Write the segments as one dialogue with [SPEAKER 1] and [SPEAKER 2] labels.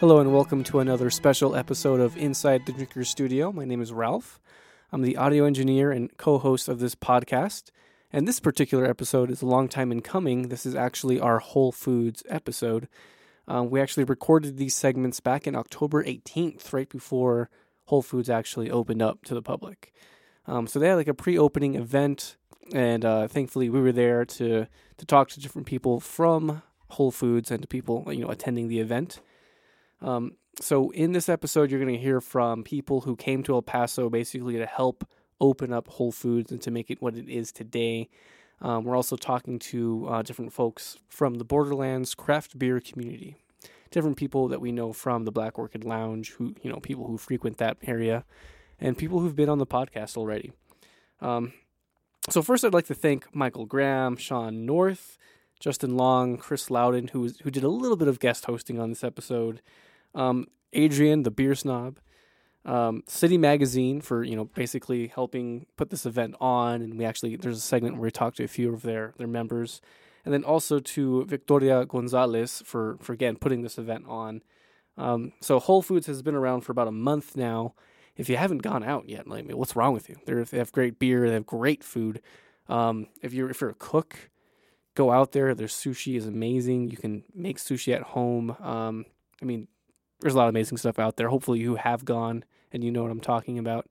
[SPEAKER 1] Hello and welcome to another special episode of Inside the Drinker Studio. My name is Ralph. I'm the audio engineer and co host of this podcast. And this particular episode is a long time in coming. This is actually our Whole Foods episode. Um, we actually recorded these segments back in October 18th, right before Whole Foods actually opened up to the public. Um, so they had like a pre opening event. And uh, thankfully, we were there to, to talk to different people from Whole Foods and to people you know attending the event. Um, so in this episode, you're going to hear from people who came to El Paso basically to help open up Whole Foods and to make it what it is today. Um, we're also talking to uh, different folks from the Borderlands craft beer community, different people that we know from the Black Orchid Lounge, who you know people who frequent that area, and people who've been on the podcast already. Um, so first, I'd like to thank Michael Graham, Sean North, Justin Long, Chris Loudon, who was, who did a little bit of guest hosting on this episode um, Adrian, the beer snob, um, City Magazine for you know basically helping put this event on, and we actually there's a segment where we talk to a few of their their members, and then also to Victoria Gonzalez for for again putting this event on. Um, so Whole Foods has been around for about a month now. If you haven't gone out yet, like what's wrong with you? They're, they have great beer, they have great food. Um, if you're if you're a cook, go out there. Their sushi is amazing. You can make sushi at home. Um, I mean, there's a lot of amazing stuff out there. Hopefully, you have gone and you know what I'm talking about.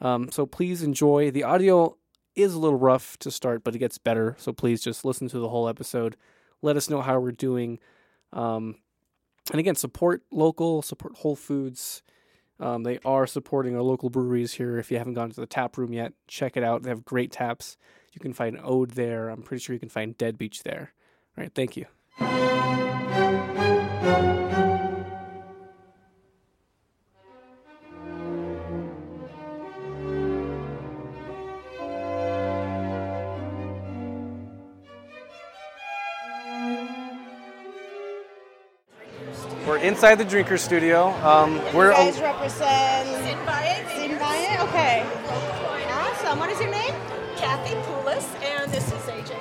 [SPEAKER 1] Um, so please enjoy. The audio is a little rough to start, but it gets better. So please just listen to the whole episode. Let us know how we're doing. Um, and again, support local, support Whole Foods. Um, they are supporting our local breweries here. If you haven't gone to the tap room yet, check it out. They have great taps. You can find Ode there. I'm pretty sure you can find Dead Beach there. All right, thank you. We're inside the Drinker Studio. Um,
[SPEAKER 2] you
[SPEAKER 1] we're
[SPEAKER 2] guys represent
[SPEAKER 3] Invite
[SPEAKER 2] Zimbabwe? Okay. Awesome. What is your name?
[SPEAKER 3] Kathy Poulos, and this is AJ.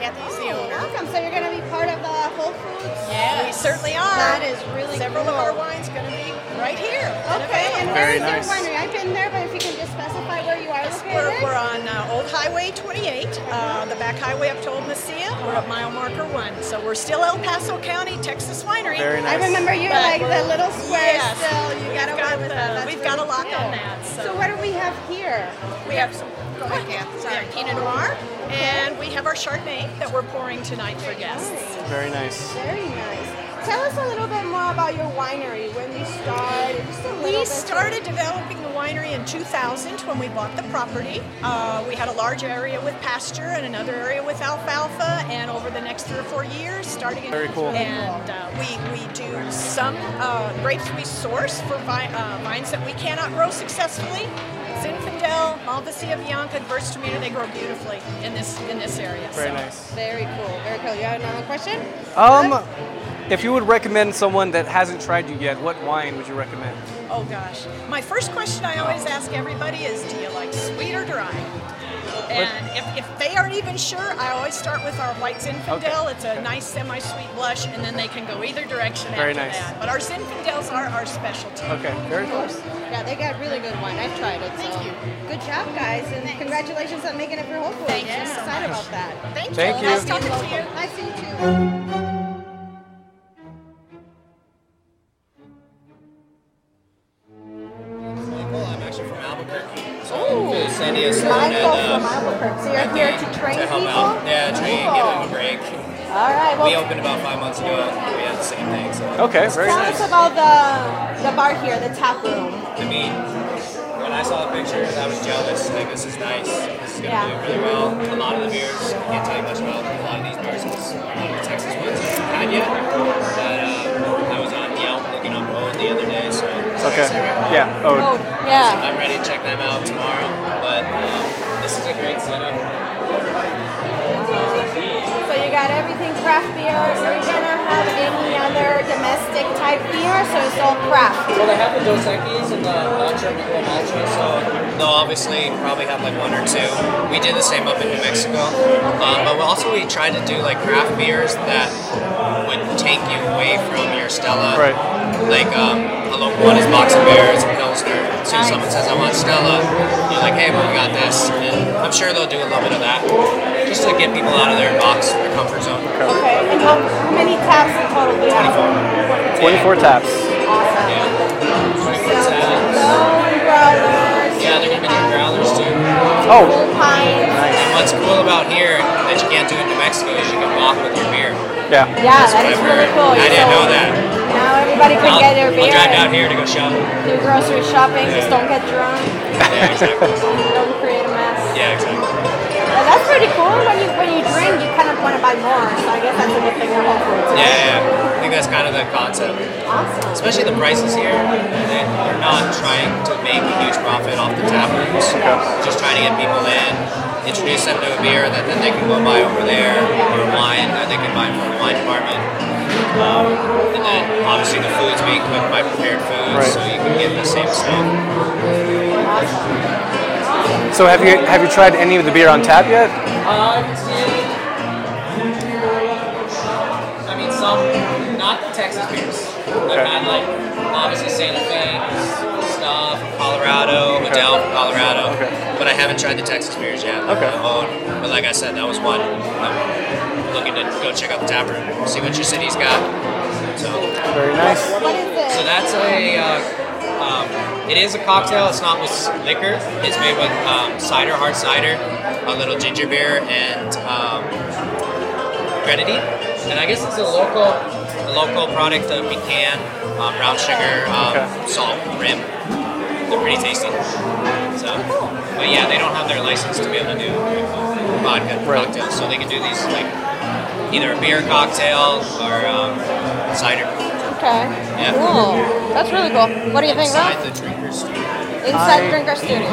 [SPEAKER 3] Kathy's the owner.
[SPEAKER 2] Welcome. So you're going to be part of uh, Whole Foods?
[SPEAKER 3] Yeah, we certainly are.
[SPEAKER 2] That is really
[SPEAKER 3] Several
[SPEAKER 2] cool.
[SPEAKER 3] of our wines going to be right here. and
[SPEAKER 2] Okay. And
[SPEAKER 3] available.
[SPEAKER 2] where
[SPEAKER 1] Very
[SPEAKER 2] is
[SPEAKER 1] nice.
[SPEAKER 2] your winery? I've been there, but if you can just specify where you are
[SPEAKER 3] We're,
[SPEAKER 2] located.
[SPEAKER 3] we're on uh, Old Highway 28, uh, the back highway up to Old Mesilla. We're at mile marker one, so we're still El Paso County, Texas winery.
[SPEAKER 1] Very nice.
[SPEAKER 2] I remember you
[SPEAKER 3] But
[SPEAKER 2] like the
[SPEAKER 3] we're-
[SPEAKER 2] little square
[SPEAKER 3] yes.
[SPEAKER 2] still. You
[SPEAKER 3] We've
[SPEAKER 2] got away
[SPEAKER 3] got
[SPEAKER 2] with
[SPEAKER 3] the-
[SPEAKER 2] that. That's
[SPEAKER 3] we've got
[SPEAKER 2] really
[SPEAKER 3] a lock on
[SPEAKER 2] cool.
[SPEAKER 3] that, so-
[SPEAKER 2] what do we have here?
[SPEAKER 3] We have some. Go ahead, Kath. Sorry. Pinot Noir, and we have our Chardonnay that we're pouring tonight for guests.
[SPEAKER 1] very nice.
[SPEAKER 2] Very nice. Tell us a little bit more about your winery. When you started? Just a little
[SPEAKER 3] We
[SPEAKER 2] bit.
[SPEAKER 3] started developing the winery in 2000 when we bought the property. Uh, we had a large area with pasture and another area with alfalfa, and over the next three or four years, starting in
[SPEAKER 1] Very cool.
[SPEAKER 3] And uh, we, we do some uh, grapes we source for vi- uh, vines that we cannot grow successfully. Zinfandel, Malvasia Bianca, and Versamina, they grow beautifully in this in this area.
[SPEAKER 1] Very
[SPEAKER 3] so.
[SPEAKER 1] nice.
[SPEAKER 2] Very cool. Very cool. You have another question?
[SPEAKER 1] Um, if you would recommend someone that hasn't tried you yet, what wine would you recommend?
[SPEAKER 3] Oh gosh. My first question I always ask everybody is do you like sweet or dry? And if, if they aren't even sure, I always start with our white Zinfandel.
[SPEAKER 1] Okay,
[SPEAKER 3] It's a
[SPEAKER 1] okay.
[SPEAKER 3] nice semi sweet blush, and then they can go either direction
[SPEAKER 1] Very
[SPEAKER 3] after
[SPEAKER 1] nice.
[SPEAKER 3] that. But our Zinfandels are our specialty.
[SPEAKER 1] Okay, very cool.
[SPEAKER 2] Yeah, they got really good wine. I've tried it. so.
[SPEAKER 3] Thank you.
[SPEAKER 2] Good job, guys, and congratulations on making it for Whole Foods.
[SPEAKER 3] Thank you
[SPEAKER 2] I'm
[SPEAKER 3] so
[SPEAKER 2] excited
[SPEAKER 3] much.
[SPEAKER 2] about that.
[SPEAKER 3] Thank you.
[SPEAKER 1] Thank you.
[SPEAKER 3] Nice talking to you.
[SPEAKER 2] Nice to meet you.
[SPEAKER 4] Michael, I'm actually from Albuquerque. So
[SPEAKER 2] Ooh.
[SPEAKER 4] I'm to San Diego Saloon
[SPEAKER 2] Michael
[SPEAKER 4] and,
[SPEAKER 2] from
[SPEAKER 4] uh,
[SPEAKER 2] Albuquerque. So you're here to train
[SPEAKER 4] to help
[SPEAKER 2] people?
[SPEAKER 4] out. Yeah, train, give them a
[SPEAKER 2] Cool.
[SPEAKER 4] break.
[SPEAKER 2] All right,
[SPEAKER 4] We
[SPEAKER 2] well,
[SPEAKER 4] opened about five months ago. and We had the same thing. So
[SPEAKER 1] Okay, very
[SPEAKER 2] tell us
[SPEAKER 1] nice.
[SPEAKER 2] about the, the bar here, the tap room.
[SPEAKER 4] I mean, when I saw the pictures, I was jealous. Like this is nice. This is gonna
[SPEAKER 2] Yeah.
[SPEAKER 4] do really well. A lot of the beers, I can't tell you much about a lot of these beers. 'cause A lot of the Texas ones I haven't had yet. But um, I was on Yelp looking up Owen the other day, so
[SPEAKER 1] Okay, yeah. Oh,
[SPEAKER 2] yeah.
[SPEAKER 4] I'm ready to check them out tomorrow. But um, this is a great setup.
[SPEAKER 2] So you got everything craft beer. So you gonna have any other domestic type beer? So it's all craft.
[SPEAKER 4] Well, they have the Dos Equis and the Nacho Pico Macho, so they'll obviously probably have like one or two. We did the same up in New Mexico, um, but we also we tried to do like craft beers that would take you away from your Stella
[SPEAKER 1] Right.
[SPEAKER 4] like um, a local one is Boxing Bears, Pilsner. So if someone says I want Stella, you're like, hey, well, we got this, and I'm sure they'll do a little bit of that, just to get people out of their box, their comfort zone.
[SPEAKER 2] Okay. And how many taps in total do you have?
[SPEAKER 1] 24 taps.
[SPEAKER 2] Awesome. So, Lone Brothers.
[SPEAKER 4] Yeah, they're gonna be doing growlers too.
[SPEAKER 1] Oh,
[SPEAKER 2] Pines.
[SPEAKER 1] nice.
[SPEAKER 4] And what's cool about here that you can't do in New Mexico is you can walk with your beer.
[SPEAKER 1] Yeah.
[SPEAKER 2] Yeah, that is
[SPEAKER 4] I've
[SPEAKER 2] really
[SPEAKER 4] heard.
[SPEAKER 2] cool.
[SPEAKER 4] I didn't
[SPEAKER 2] So
[SPEAKER 4] know that.
[SPEAKER 2] Now everybody can
[SPEAKER 4] I'll,
[SPEAKER 2] get their
[SPEAKER 4] I'll
[SPEAKER 2] beer.
[SPEAKER 4] drive down
[SPEAKER 2] and
[SPEAKER 4] here to go shopping.
[SPEAKER 2] Do grocery shopping. Just don't get drunk.
[SPEAKER 4] Yeah, exactly.
[SPEAKER 2] Don't create a mess.
[SPEAKER 4] yeah, exactly.
[SPEAKER 2] Uh, That's pretty cool. When you when you drink, you kind of want to buy more. So I guess that's a good thing for Whole Foods. right?
[SPEAKER 4] Yeah, yeah, yeah. I think that's kind of the concept.
[SPEAKER 2] Awesome.
[SPEAKER 4] Especially the prices here, they- they're not trying to make a huge profit off the tap rooms. Just trying to get people in, introduce them to a beer that then they can go buy over there, or wine that they can buy from the wine department. Um, and then obviously the food's being cooked by prepared foods,
[SPEAKER 1] Right.
[SPEAKER 4] so you can get the same stuff.
[SPEAKER 1] So have you have you tried any of the beer on tap yet?
[SPEAKER 4] Uh, I mean, some, not the Texas beers. I've had like, obviously Santa Fe, Snob, Colorado, Adele from Colorado.
[SPEAKER 1] Okay.
[SPEAKER 4] But I haven't tried the Texas beers yet. like,
[SPEAKER 1] Okay.
[SPEAKER 4] on my own. But like I said, that was one. I'm looking to go check out the taproom, see what your city's got. So,
[SPEAKER 1] Very nice.
[SPEAKER 2] What is it?
[SPEAKER 4] so that's a. Uh, um, it is a cocktail. It's not with liquor. It's made with um, cider, hard cider, a little ginger beer, and um, grenadine. And I guess it's a local, a local product of pecan, um, brown sugar, um,
[SPEAKER 1] Okay.
[SPEAKER 4] salt, rim. They're pretty tasty. So, but yeah, they don't have their license to be able to do vodka
[SPEAKER 1] Right.
[SPEAKER 4] cocktails, so they can do these like either a beer cocktail or um, cider.
[SPEAKER 2] Okay.
[SPEAKER 4] Yeah.
[SPEAKER 2] Cool. That's really cool. What do you think, Ralph?
[SPEAKER 4] Inside the drinker's
[SPEAKER 2] Inside
[SPEAKER 1] I-
[SPEAKER 2] Drinker Studio.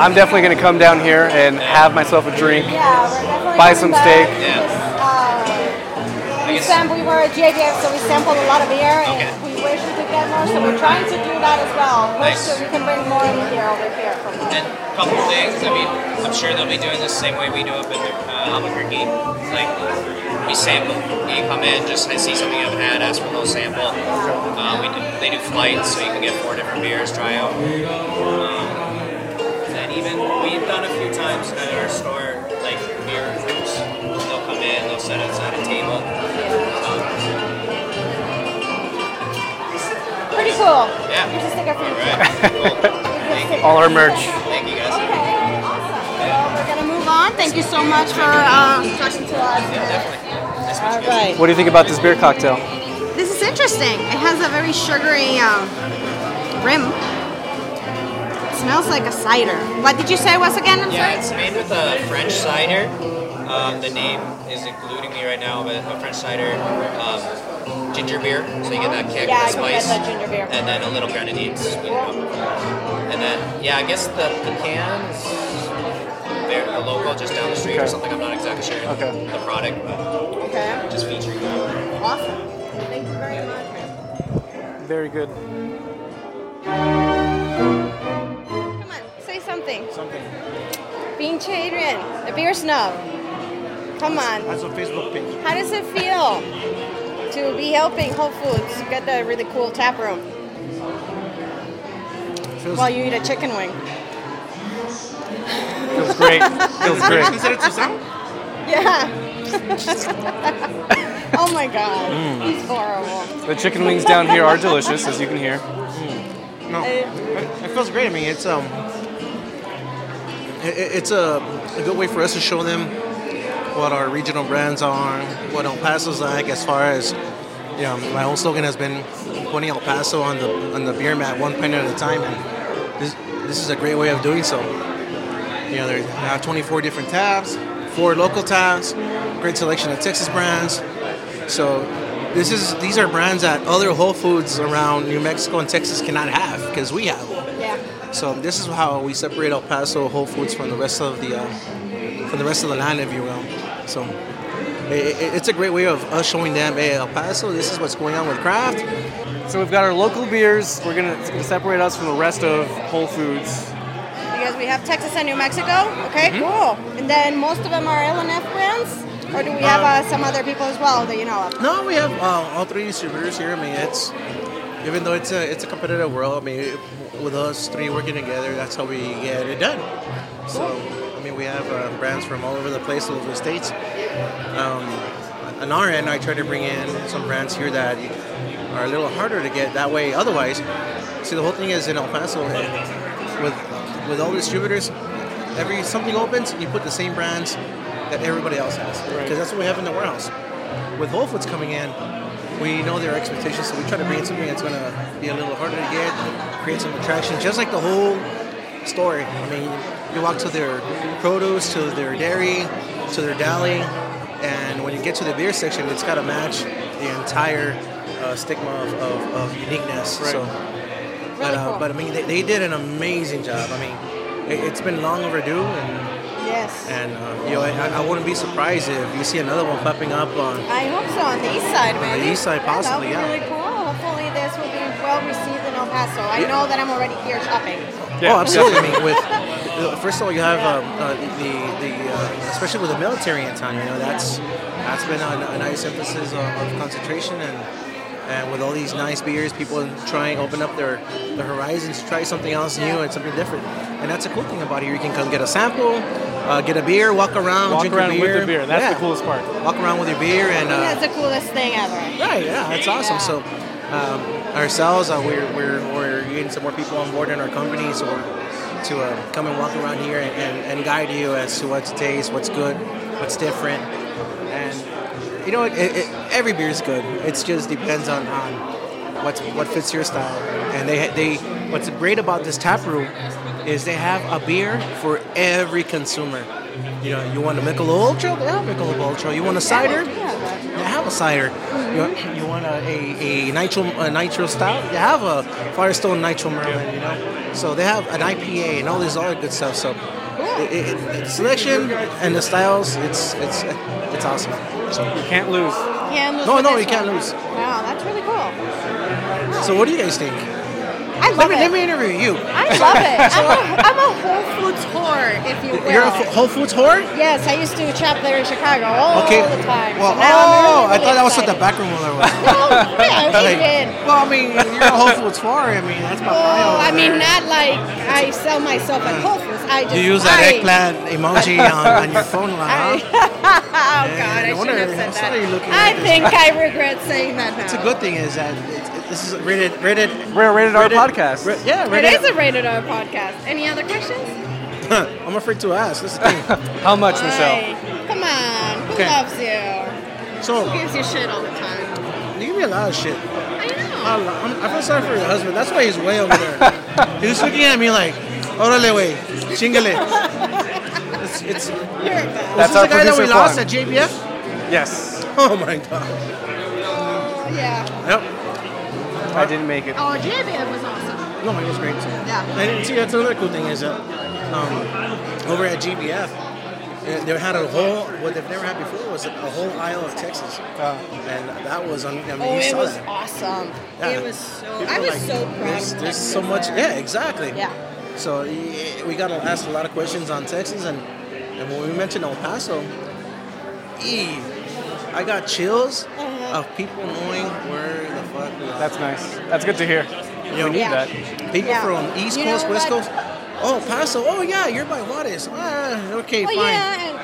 [SPEAKER 1] I'm definitely gonna come down here and have myself a drink.
[SPEAKER 2] Yeah, we're definitely
[SPEAKER 1] Buy
[SPEAKER 2] doing
[SPEAKER 1] some
[SPEAKER 2] that.
[SPEAKER 1] steak.
[SPEAKER 4] Yeah.
[SPEAKER 2] Uh,
[SPEAKER 4] I
[SPEAKER 2] we,
[SPEAKER 4] guess-
[SPEAKER 2] sam- we were at JDF, so we sampled a lot of beer, and
[SPEAKER 4] Okay.
[SPEAKER 2] we wish we could get more, so we're trying to do that as well.
[SPEAKER 4] Nice.
[SPEAKER 2] So we can bring more in here over here from
[SPEAKER 4] And a couple things. I mean, I'm sure they'll be doing this the same way we do up in uh, Albuquerque. Like, we sample. You come in, just I see something you haven't had, ask for a little sample. Uh, we do, they do flights, so you can get four different beers, try out. Um, and even we've done a few times at our store, like beer groups. They'll come in, they'll set outside a table. Um,
[SPEAKER 2] Pretty cool.
[SPEAKER 4] Yeah.
[SPEAKER 2] Here's a sticker for
[SPEAKER 4] all
[SPEAKER 2] you.
[SPEAKER 4] right,
[SPEAKER 2] Here's
[SPEAKER 4] cool.
[SPEAKER 2] a sticker.
[SPEAKER 1] All our merch.
[SPEAKER 4] Thank you guys.
[SPEAKER 2] Okay, awesome. Well, we're gonna move on. Thank you so much for uh, talking to us.
[SPEAKER 4] Definitely. Nice to meet
[SPEAKER 2] All
[SPEAKER 4] you guys.
[SPEAKER 2] right.
[SPEAKER 1] What do you think about this beer cocktail?
[SPEAKER 2] This is interesting. It has a very sugary um, rim. It smells like a cider. What did you say it was again? I'm
[SPEAKER 4] Yeah,
[SPEAKER 2] sorry.
[SPEAKER 4] it's made with a French cider. Um, the name is eluding me right now, but a French cider, um, ginger beer. So you get that kick,
[SPEAKER 2] Yeah,
[SPEAKER 4] the
[SPEAKER 2] I get
[SPEAKER 4] spice,
[SPEAKER 2] that ginger beer.
[SPEAKER 4] and then a little grenadine. to sweeten it up. And then, yeah, I guess the pecans. They're a local just down the street or
[SPEAKER 1] Okay.
[SPEAKER 4] something. I'm not exactly sure
[SPEAKER 1] Okay.
[SPEAKER 4] the product, but
[SPEAKER 2] Okay.
[SPEAKER 4] just featuring them.
[SPEAKER 2] Awesome. Thank you very much.
[SPEAKER 1] Very good.
[SPEAKER 2] Come on, say something.
[SPEAKER 5] Something.
[SPEAKER 2] Pinche Adrian, a beer snob. Come on.
[SPEAKER 5] That's a Facebook page.
[SPEAKER 2] How does it feel to be helping Whole Foods get the really cool tap room
[SPEAKER 5] Feels,
[SPEAKER 2] while you eat a chicken wing?
[SPEAKER 1] Feels great. Feels great.
[SPEAKER 5] Is it Suzanne?
[SPEAKER 2] Yeah. oh my god. He's horrible.
[SPEAKER 1] Mm. The chicken wings down here are delicious, as you can hear.
[SPEAKER 5] No. It, it feels great. I mean, it's um, it, it- it's a, a good way for us to show them what our regional brands are, what El Paso's like. As far as you know, my own slogan has been putting El Paso on the on the beer mat one pint at a time, and this this is a great way of doing so. You know, there they have 24 different tabs, four local tabs, great selection of Texas brands. So this is these are brands that other Whole Foods around New Mexico and Texas cannot have because we have them.
[SPEAKER 2] Yeah.
[SPEAKER 5] So this is how we separate El Paso Whole Foods from the rest of the uh, from the rest of the land, if you will. So i- i it's a great way of us showing them, hey, El Paso, this is what's going on with craft.
[SPEAKER 1] So we've got our local beers. We're gonna, it's gonna separate us from the rest of Whole Foods.
[SPEAKER 5] Mm-hmm.
[SPEAKER 2] Because we have Texas and New Mexico. Okay, cool. And then most of them are LNF brands. Or do we have uh, some other people as well that you know of?
[SPEAKER 5] No, we have uh, all three distributors here. I mean, it's even though it's a it's a competitive world. I mean, with us three working together, that's how we get it done. So, I mean, we have uh, brands from all over the place, all over the states. Um, on our end, I try to bring in some brands here that are a little harder to get. That way, otherwise, see, the whole thing is in El Paso with with all distributors. Every something opens, you put the same brands that everybody else has because that's what we have in the warehouse with Whole Foods coming in, we know their expectations, so we try to bring in something that's going to be a little harder to get, create some attraction, just like the whole story. I mean, you walk to their produce, to their dairy, to their deli, and when you get to the beer section, it's got to match the entire uh, stigma of, of, of uniqueness. So, but,
[SPEAKER 2] Really
[SPEAKER 5] uh,
[SPEAKER 2] cool.
[SPEAKER 5] but I mean, they, they did an amazing job. I mean, it, it's been long overdue, and
[SPEAKER 2] Yes.
[SPEAKER 5] and uh, you know, I, I wouldn't be surprised if you see another one popping up on
[SPEAKER 2] I hope so on the east side, man.
[SPEAKER 5] east side, possibly,
[SPEAKER 2] That
[SPEAKER 5] yeah.
[SPEAKER 2] would be really cool. Hopefully, this will be well received in El Paso. I
[SPEAKER 5] Yeah.
[SPEAKER 2] know that I'm already here shopping.
[SPEAKER 5] oh, absolutely. I mean, with first of all, you have um, uh, the the uh, especially with the military in town. You know, that's that's been a, a nice emphasis on, on concentration and and with all these nice beers, people trying to open up their their horizons, try something else new and something different. And that's a cool thing about here. You can come get a sample, uh, get a beer, walk around,
[SPEAKER 1] Walk
[SPEAKER 5] drink
[SPEAKER 1] around
[SPEAKER 5] your beer.
[SPEAKER 1] with the beer. That's the
[SPEAKER 5] Yeah.
[SPEAKER 1] coolest part.
[SPEAKER 5] Walk around with your beer and. Uh,
[SPEAKER 2] That's the coolest thing ever.
[SPEAKER 5] Right, yeah, that's awesome. So, um, ourselves, uh, we're, we're, we're getting some more people on board in our company, so we're, to uh, come and walk around here and, and, and guide you as to what to taste, what's good, what's different. And, you know, it, it, it- every beer is good. It just depends on, on what's, what fits your style. And they, they what's great about this tap room is they have a beer for every consumer. You know, you want a Michelob Ultra? They have Michelob Ultra. You want a cider?
[SPEAKER 2] Yeah.
[SPEAKER 5] You have a cider. You, you want a, a, a nitro a nitro stout. You have a Firestone nitro Merlin. You know, so they have an IPA and all this other good stuff. So it, it, it, selection and the styles, it's it's it's awesome.
[SPEAKER 1] You can't lose.
[SPEAKER 2] Can't lose
[SPEAKER 5] No,
[SPEAKER 2] with
[SPEAKER 5] no,
[SPEAKER 2] this
[SPEAKER 5] you can't
[SPEAKER 2] one.
[SPEAKER 5] lose.
[SPEAKER 2] Wow, that's really cool.
[SPEAKER 5] So what do you guys think?
[SPEAKER 2] I love
[SPEAKER 5] Let me
[SPEAKER 2] it.
[SPEAKER 5] let me interview you.
[SPEAKER 2] I love it. I'm a, I'm a Whole Foods whore, if you will.
[SPEAKER 5] You're a F- Whole Foods whore.
[SPEAKER 2] yes, I used to shop there in Chicago all
[SPEAKER 5] Okay.
[SPEAKER 2] the time.
[SPEAKER 5] Well,
[SPEAKER 2] so now
[SPEAKER 5] oh,
[SPEAKER 2] I'm really,
[SPEAKER 5] I thought that was
[SPEAKER 2] really
[SPEAKER 5] what the backroom was.
[SPEAKER 2] excited. Oh, yeah, she did.
[SPEAKER 5] well, I mean, you're a Whole Foods whore. I mean, that's my bio
[SPEAKER 2] Oh, I mean,
[SPEAKER 5] there.
[SPEAKER 2] not like I sell myself at Whole Foods. I just
[SPEAKER 5] Uh, You use that
[SPEAKER 2] I,
[SPEAKER 5] eggplant emoji on, on your phone
[SPEAKER 2] I,
[SPEAKER 5] line.
[SPEAKER 2] oh
[SPEAKER 5] huh? Yeah,
[SPEAKER 2] God, I
[SPEAKER 5] no wonder-
[SPEAKER 2] shouldn't have said
[SPEAKER 5] that's why you're
[SPEAKER 2] that.
[SPEAKER 5] looking
[SPEAKER 2] I
[SPEAKER 5] like this.
[SPEAKER 2] think I regret saying that now.
[SPEAKER 5] It's a good thing is that it's, it, this is a rated rated.
[SPEAKER 1] We're a rated R podcast.
[SPEAKER 5] ra- yeah,
[SPEAKER 2] It
[SPEAKER 5] rated.
[SPEAKER 2] is a rated R podcast. Any other questions?
[SPEAKER 5] I'm afraid to ask. This is the thing.
[SPEAKER 1] How much, Michelle?
[SPEAKER 2] Why? Come on, who
[SPEAKER 5] Okay.
[SPEAKER 2] loves you? Who
[SPEAKER 5] so
[SPEAKER 2] gives you shit all the time?
[SPEAKER 5] you give me a lot of shit.
[SPEAKER 2] I
[SPEAKER 5] A
[SPEAKER 2] know.
[SPEAKER 5] lot. I'm, I feel sorry for your husband. That's why he's way over there. he's looking at me like, "Órale, way, chingale." It's, it's,
[SPEAKER 2] You're a bad.
[SPEAKER 5] this is
[SPEAKER 1] That's
[SPEAKER 5] the
[SPEAKER 1] our
[SPEAKER 5] guy that we
[SPEAKER 1] producer,
[SPEAKER 5] lost
[SPEAKER 1] Juan.
[SPEAKER 5] at JBF.
[SPEAKER 1] Yes.
[SPEAKER 5] Oh my god.
[SPEAKER 2] Oh, yeah.
[SPEAKER 5] Yep.
[SPEAKER 1] I didn't make it.
[SPEAKER 2] Oh, JBM was awesome.
[SPEAKER 5] No, it was great. Too.
[SPEAKER 2] Yeah.
[SPEAKER 5] And see, that's another cool thing is that um, over at GBF, eh, they had a whole what they've never had before was a whole aisle of Texas, and that was un- I mean,
[SPEAKER 2] Oh,
[SPEAKER 5] you
[SPEAKER 2] it
[SPEAKER 5] saw
[SPEAKER 2] was
[SPEAKER 5] that.
[SPEAKER 2] awesome.
[SPEAKER 5] Yeah.
[SPEAKER 2] It was so.
[SPEAKER 5] People
[SPEAKER 2] I
[SPEAKER 5] were
[SPEAKER 2] was
[SPEAKER 5] like,
[SPEAKER 2] so proud.
[SPEAKER 5] There's,
[SPEAKER 2] of
[SPEAKER 5] there's
[SPEAKER 2] Texas
[SPEAKER 5] so much.
[SPEAKER 2] there.
[SPEAKER 5] Yeah, exactly.
[SPEAKER 2] Yeah.
[SPEAKER 5] So eh, we got to ask a lot of questions on Texas, and and when we mentioned El Paso, ee, I got chills
[SPEAKER 2] Uh-huh.
[SPEAKER 5] of people knowing where the fuck. we are.
[SPEAKER 1] That's nice. That's good to hear.
[SPEAKER 5] You know,
[SPEAKER 1] We need
[SPEAKER 2] Yeah.
[SPEAKER 1] that.
[SPEAKER 5] People
[SPEAKER 2] Yeah.
[SPEAKER 5] from East
[SPEAKER 2] You know
[SPEAKER 5] Coast, West
[SPEAKER 2] what?
[SPEAKER 5] Coast. Oh, Paso. Oh, yeah, you're by Juarez. Ah, okay,
[SPEAKER 2] Well,
[SPEAKER 5] fine.
[SPEAKER 2] yeah,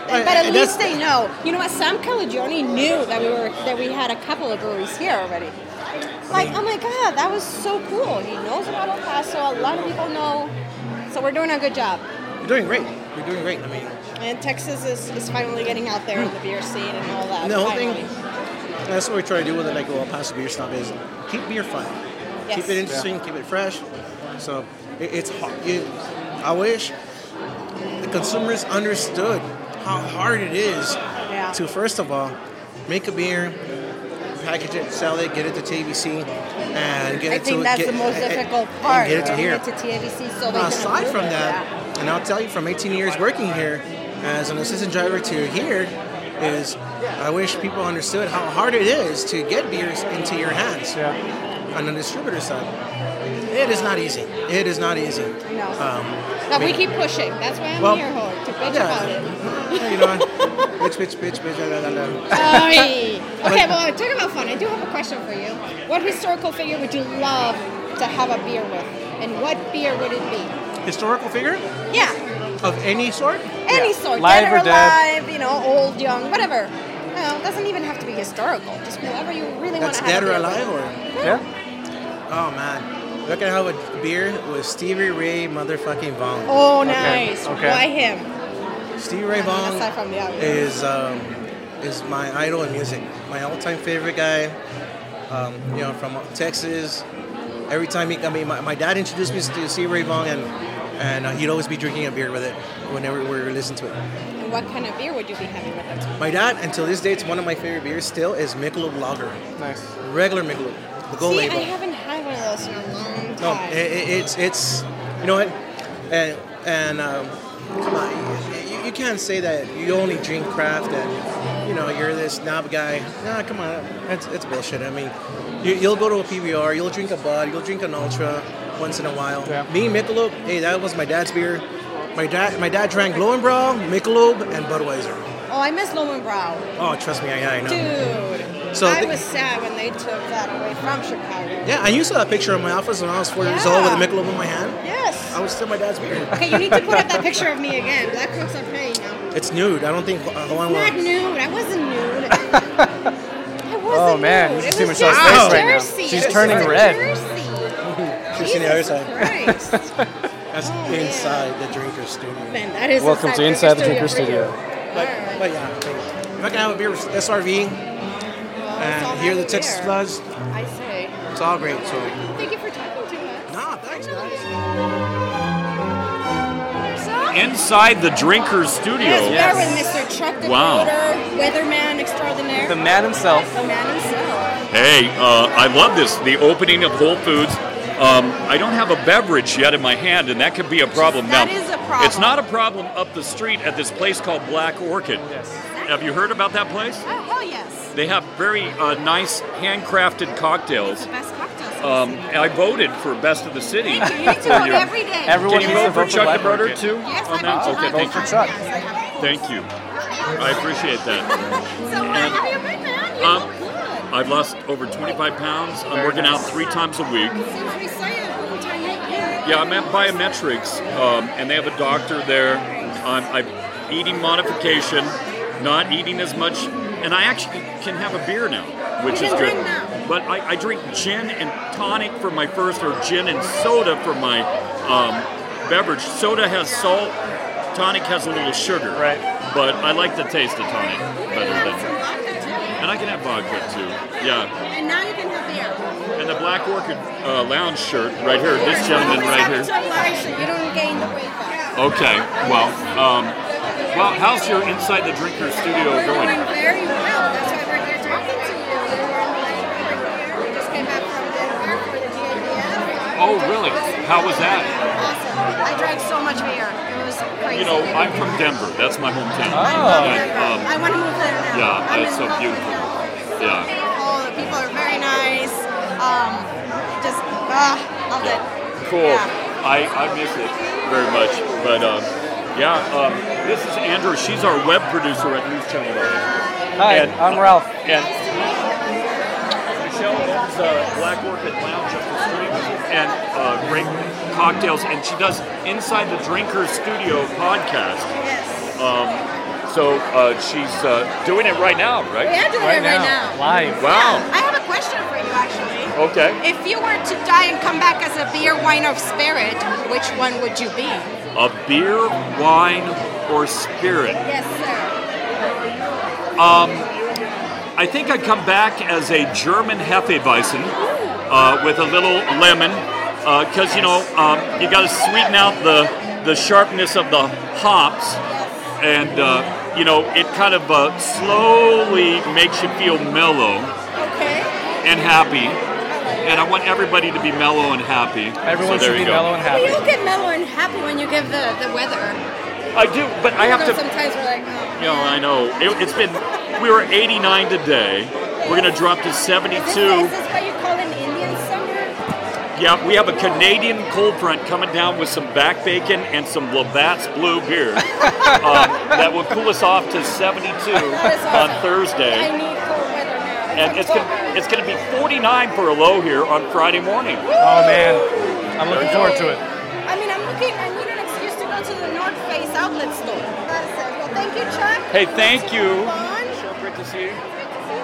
[SPEAKER 5] Uh,
[SPEAKER 2] and- but at
[SPEAKER 5] and that's-
[SPEAKER 2] least they know. You know what? Sam Calagione knew that we were that we had a couple of breweries here already. Like, oh my God, that was so cool. He knows about El Paso. A lot of people know, so we're doing a good job.
[SPEAKER 5] You're doing great. You're doing great. I mean,
[SPEAKER 2] And Texas is, is finally getting out there in the beer scene and all that.
[SPEAKER 5] and the whole thing.
[SPEAKER 2] finally.
[SPEAKER 5] That's what we try to do with it, like well, Paso beer stop is keep beer fun, keep
[SPEAKER 2] Yes.
[SPEAKER 5] it interesting, keep it fresh. So it, it's hard. It, I wish the consumers understood how hard it is
[SPEAKER 2] Yeah.
[SPEAKER 5] to first of all make a beer, package it, sell it, get it to TVC, and get
[SPEAKER 2] I
[SPEAKER 5] it to
[SPEAKER 2] think that's
[SPEAKER 5] get-
[SPEAKER 2] the most
[SPEAKER 5] and- and-
[SPEAKER 2] difficult
[SPEAKER 5] and
[SPEAKER 2] part.
[SPEAKER 5] Get it to
[SPEAKER 2] getting
[SPEAKER 5] here.
[SPEAKER 2] It to TABC, so they can
[SPEAKER 5] aside
[SPEAKER 2] approve
[SPEAKER 5] from
[SPEAKER 2] it,
[SPEAKER 5] that, and I'll tell you from 18 years working here as an assistant driver to here, is I wish people understood how hard it is to get beers into your hands
[SPEAKER 1] Yeah.
[SPEAKER 5] on the distributor side. It is not easy. It is not easy.
[SPEAKER 2] yeah. No.
[SPEAKER 5] Um,
[SPEAKER 2] but we keep pushing. That's why I'm
[SPEAKER 5] well,
[SPEAKER 2] here, Howard, to bitch about it.
[SPEAKER 5] yeah, you know, bitch, bitch, bitch, bitch. blah, blah, blah, blah.
[SPEAKER 2] Ay. okay, well, talk about fun. I do have a question for you. What historical figure would you love to have a beer with? And what beer would it be?
[SPEAKER 5] Historical figure
[SPEAKER 2] Yeah,
[SPEAKER 5] of any sort?
[SPEAKER 2] any sort.
[SPEAKER 1] Live
[SPEAKER 2] dead
[SPEAKER 1] or
[SPEAKER 2] or
[SPEAKER 1] dead.
[SPEAKER 2] alive, you know, old, young, whatever. No, it doesn't even have to be historical. Just whoever you really want
[SPEAKER 5] That's
[SPEAKER 2] to have
[SPEAKER 5] dead
[SPEAKER 2] a
[SPEAKER 5] or
[SPEAKER 2] beer
[SPEAKER 5] alive,
[SPEAKER 2] with.
[SPEAKER 5] or
[SPEAKER 1] Yeah.
[SPEAKER 5] oh man, I can have a beer with Stevie Ray motherfucking Vaughan.
[SPEAKER 2] Oh, nice.
[SPEAKER 1] okay.
[SPEAKER 2] Why him?
[SPEAKER 5] Stevie Ray Vaughan
[SPEAKER 2] Aside from the obvious.
[SPEAKER 5] is um, is my idol in music. My all-time favorite guy. Um, you know, from Texas. Every time he, I mean, my, my dad introduced me to Stevie Ray Vaughan, and and uh, he'd always be drinking a beer with it whenever we were listening to it.
[SPEAKER 2] And what kind of beer would you be having with them?
[SPEAKER 5] My dad, until this day, it's one of my favorite beers. Still, is Michelob Lager,
[SPEAKER 1] Nice.
[SPEAKER 5] regular Michelob, the gold
[SPEAKER 2] See,
[SPEAKER 5] label.
[SPEAKER 2] I haven't had one of those in a long
[SPEAKER 5] No,
[SPEAKER 2] time.
[SPEAKER 5] it, it, it's it's you know what, and and um, come on, you, you, you can't say that you only drink craft and you know you're this knob guy. Nah, come on, that's it's bullshit. I mean, you, you'll go to a PBR, you'll drink a Bud, you'll drink an Ultra once in a while.
[SPEAKER 1] Yeah.
[SPEAKER 5] Me Michelob, hey, that was my dad's beer. My dad, my dad drank Lowenbrau, Michelob, and Budweiser.
[SPEAKER 2] oh, I miss Lowen Brow.
[SPEAKER 5] Oh, trust me, I, I know.
[SPEAKER 2] Dude,
[SPEAKER 5] So
[SPEAKER 2] I
[SPEAKER 5] the-
[SPEAKER 2] was sad when they took that away from Chicago.
[SPEAKER 5] Yeah, I used to have a picture in my office when I was four years old with a
[SPEAKER 2] Yeah.
[SPEAKER 5] Michelob in my hand. I
[SPEAKER 2] Yes.
[SPEAKER 5] was still my dad's beer.
[SPEAKER 2] Okay, you need to put up that picture of me again. That cook's on paying now.
[SPEAKER 5] It's nude. I don't think uh, Juan will.
[SPEAKER 2] Not nude. I wasn't nude. I wasn't
[SPEAKER 1] Oh, man, you
[SPEAKER 2] nude.
[SPEAKER 1] should
[SPEAKER 2] It
[SPEAKER 1] see
[SPEAKER 2] was
[SPEAKER 1] Michelle's
[SPEAKER 2] just
[SPEAKER 5] face
[SPEAKER 2] a
[SPEAKER 5] right
[SPEAKER 1] now.
[SPEAKER 2] jersey.
[SPEAKER 1] She's
[SPEAKER 2] It was
[SPEAKER 1] turning
[SPEAKER 2] just a
[SPEAKER 1] red.
[SPEAKER 2] Jersey.
[SPEAKER 5] She's seen the other side.
[SPEAKER 2] Jesus Christ.
[SPEAKER 5] That's
[SPEAKER 2] Oh, man.
[SPEAKER 5] inside the drinker's studio.
[SPEAKER 2] Man, that is
[SPEAKER 1] Welcome to Inside the Drinker Studio.
[SPEAKER 5] But,
[SPEAKER 2] Alright.
[SPEAKER 5] but yeah, I think if I can have a beer with SRV and hear the Texas floods,
[SPEAKER 2] I say.
[SPEAKER 5] it's all great. So,
[SPEAKER 2] Thank you for talking to us.
[SPEAKER 5] nah, thanks, guys.
[SPEAKER 6] Inside the Drinker's Studio.
[SPEAKER 2] Yes, we are
[SPEAKER 1] Yes.
[SPEAKER 2] with Mr. Chuck the
[SPEAKER 6] Wow.
[SPEAKER 2] Creator, weatherman extraordinaire,
[SPEAKER 1] The man himself.
[SPEAKER 2] the man himself.
[SPEAKER 6] Hey, uh, I love this. The opening of Whole Foods. Um, I don't have a beverage yet in my hand, and that could be a problem.
[SPEAKER 2] That
[SPEAKER 6] now,
[SPEAKER 2] is a problem.
[SPEAKER 6] It's not a problem up the street at this place called Black Orchid.
[SPEAKER 1] Yes.
[SPEAKER 6] Have you heard about that place?
[SPEAKER 2] Oh, hell yes.
[SPEAKER 6] They have very uh, nice handcrafted cocktails.
[SPEAKER 2] The best cocktails. in the
[SPEAKER 6] Um,
[SPEAKER 2] city.
[SPEAKER 6] I voted for Best of the City.
[SPEAKER 2] Thank you. You need to vote every day.
[SPEAKER 1] Everyone
[SPEAKER 6] Can you
[SPEAKER 1] needs to
[SPEAKER 6] vote for
[SPEAKER 1] vote
[SPEAKER 6] Chuck
[SPEAKER 1] Black
[SPEAKER 6] the Brother
[SPEAKER 1] Orchid.
[SPEAKER 6] too?
[SPEAKER 2] Yes,
[SPEAKER 6] on
[SPEAKER 2] I
[SPEAKER 6] that?
[SPEAKER 2] vote. E.
[SPEAKER 6] Okay,
[SPEAKER 2] I
[SPEAKER 6] thank
[SPEAKER 1] vote
[SPEAKER 6] you.
[SPEAKER 1] for Chuck.
[SPEAKER 2] Yes, I have.
[SPEAKER 6] Thank you. I appreciate that.
[SPEAKER 2] So, uh, how you been, man? You
[SPEAKER 6] Um,
[SPEAKER 2] look good.
[SPEAKER 6] I've lost over 25 pounds. I'm
[SPEAKER 1] Very
[SPEAKER 6] working
[SPEAKER 1] nice.
[SPEAKER 6] out three times a week.
[SPEAKER 2] Since we saw you one time, yeah.
[SPEAKER 6] Yeah, I'm at Biometrics, um, and they have a doctor there. Um, I'm eating modification, not eating as much, and I actually can have a beer now, which
[SPEAKER 2] You
[SPEAKER 6] is
[SPEAKER 2] can
[SPEAKER 6] good.
[SPEAKER 2] drink now.
[SPEAKER 6] But I, I drink gin and tonic for my first, or gin and soda for my um, beverage. Soda has salt, tonic has a little sugar.
[SPEAKER 1] Right.
[SPEAKER 6] But I like the taste of tonic
[SPEAKER 2] You
[SPEAKER 6] better
[SPEAKER 2] have
[SPEAKER 6] than.
[SPEAKER 2] some vodka,
[SPEAKER 6] And I can have vodka too. Yeah.
[SPEAKER 2] too. And now you can have beer.
[SPEAKER 6] And the Black Orchid uh, lounge shirt right here, this gentleman
[SPEAKER 2] Always
[SPEAKER 6] right
[SPEAKER 2] have
[SPEAKER 6] here.
[SPEAKER 2] it to life so you don't gain the weight back.
[SPEAKER 6] Okay, well, um, well, how's your Inside the Drinker studio
[SPEAKER 2] We're doing
[SPEAKER 6] going?
[SPEAKER 2] very well. That's why we're here talking to you. We were on live over here. We just came back from Denver for the GABF.
[SPEAKER 6] Oh, really? How was that?
[SPEAKER 2] Awesome. I drank so much beer. It was crazy.
[SPEAKER 6] You know, I'm from Denver. That's my hometown.
[SPEAKER 2] I love
[SPEAKER 6] Yeah,
[SPEAKER 2] Denver.
[SPEAKER 6] um,
[SPEAKER 2] Oh. I want to move there now.
[SPEAKER 6] yeah,
[SPEAKER 2] I'm
[SPEAKER 6] it's
[SPEAKER 2] in
[SPEAKER 6] so
[SPEAKER 2] love with
[SPEAKER 6] beautiful.
[SPEAKER 2] Denver.
[SPEAKER 6] Yeah.
[SPEAKER 2] Beautiful. The people are very nice. Um, just, ah, loved it.
[SPEAKER 6] Cool.
[SPEAKER 2] Yeah.
[SPEAKER 6] I, I miss it very much. But um, yeah, um, this is Andrew. She's our web producer at News Channel. Live.
[SPEAKER 1] Hi,
[SPEAKER 6] And-
[SPEAKER 1] I'm Ralph.
[SPEAKER 6] And Michelle owns uh, Black Orchid Lounge up the street and uh, great cocktails. And she does Inside the Drinker Studio podcast. Um,
[SPEAKER 2] Yes.
[SPEAKER 6] So uh, she's uh, doing it right now,
[SPEAKER 2] We
[SPEAKER 6] right?
[SPEAKER 2] are doing it right now.
[SPEAKER 1] Live.
[SPEAKER 6] Wow.
[SPEAKER 2] I have a question for you, actually.
[SPEAKER 6] Okay.
[SPEAKER 2] If you were to die and come back as a beer, wine, or spirit, which one would you be?
[SPEAKER 6] A beer, wine, or spirit? Um,
[SPEAKER 2] Yes, sir.
[SPEAKER 6] I think I'd come back as a German Hefeweizen uh, with a little lemon, because you know um, you got to sweeten out the the sharpness of the hops, and uh, you know it kind of uh, slowly makes you feel mellow
[SPEAKER 2] Okay.
[SPEAKER 6] and happy. And I want everybody to be mellow and happy.
[SPEAKER 1] Everyone
[SPEAKER 6] so there
[SPEAKER 1] should
[SPEAKER 6] you
[SPEAKER 1] be
[SPEAKER 6] go.
[SPEAKER 1] mellow and
[SPEAKER 2] Well,
[SPEAKER 1] happy.
[SPEAKER 2] you get mellow and happy when you give the, the weather.
[SPEAKER 6] I do, but I
[SPEAKER 2] You
[SPEAKER 6] have
[SPEAKER 2] know,
[SPEAKER 6] to.
[SPEAKER 2] Sometimes we're like, oh,
[SPEAKER 6] You know, I know. It, it's been, we were 89 today. We're going to drop to 72.
[SPEAKER 2] Is this, is this what you call an Indian summer?
[SPEAKER 6] Yeah, we have a Canadian cold front coming down with some back bacon and some Labatt's Blue beer um, that will cool us off to 72 on
[SPEAKER 2] I
[SPEAKER 6] Thursday.
[SPEAKER 2] need cold weather now.
[SPEAKER 6] And it's gonna, it's gonna be 49 for a low here on Friday morning.
[SPEAKER 7] Oh man, I'm looking forward to it.
[SPEAKER 2] I mean, I'm looking. I need an excuse to go to the North Face outlet store. That's it. Well, thank you, Chuck.
[SPEAKER 6] Hey, thank
[SPEAKER 2] Let's
[SPEAKER 6] you.
[SPEAKER 2] move on.
[SPEAKER 6] Sure, great to see you.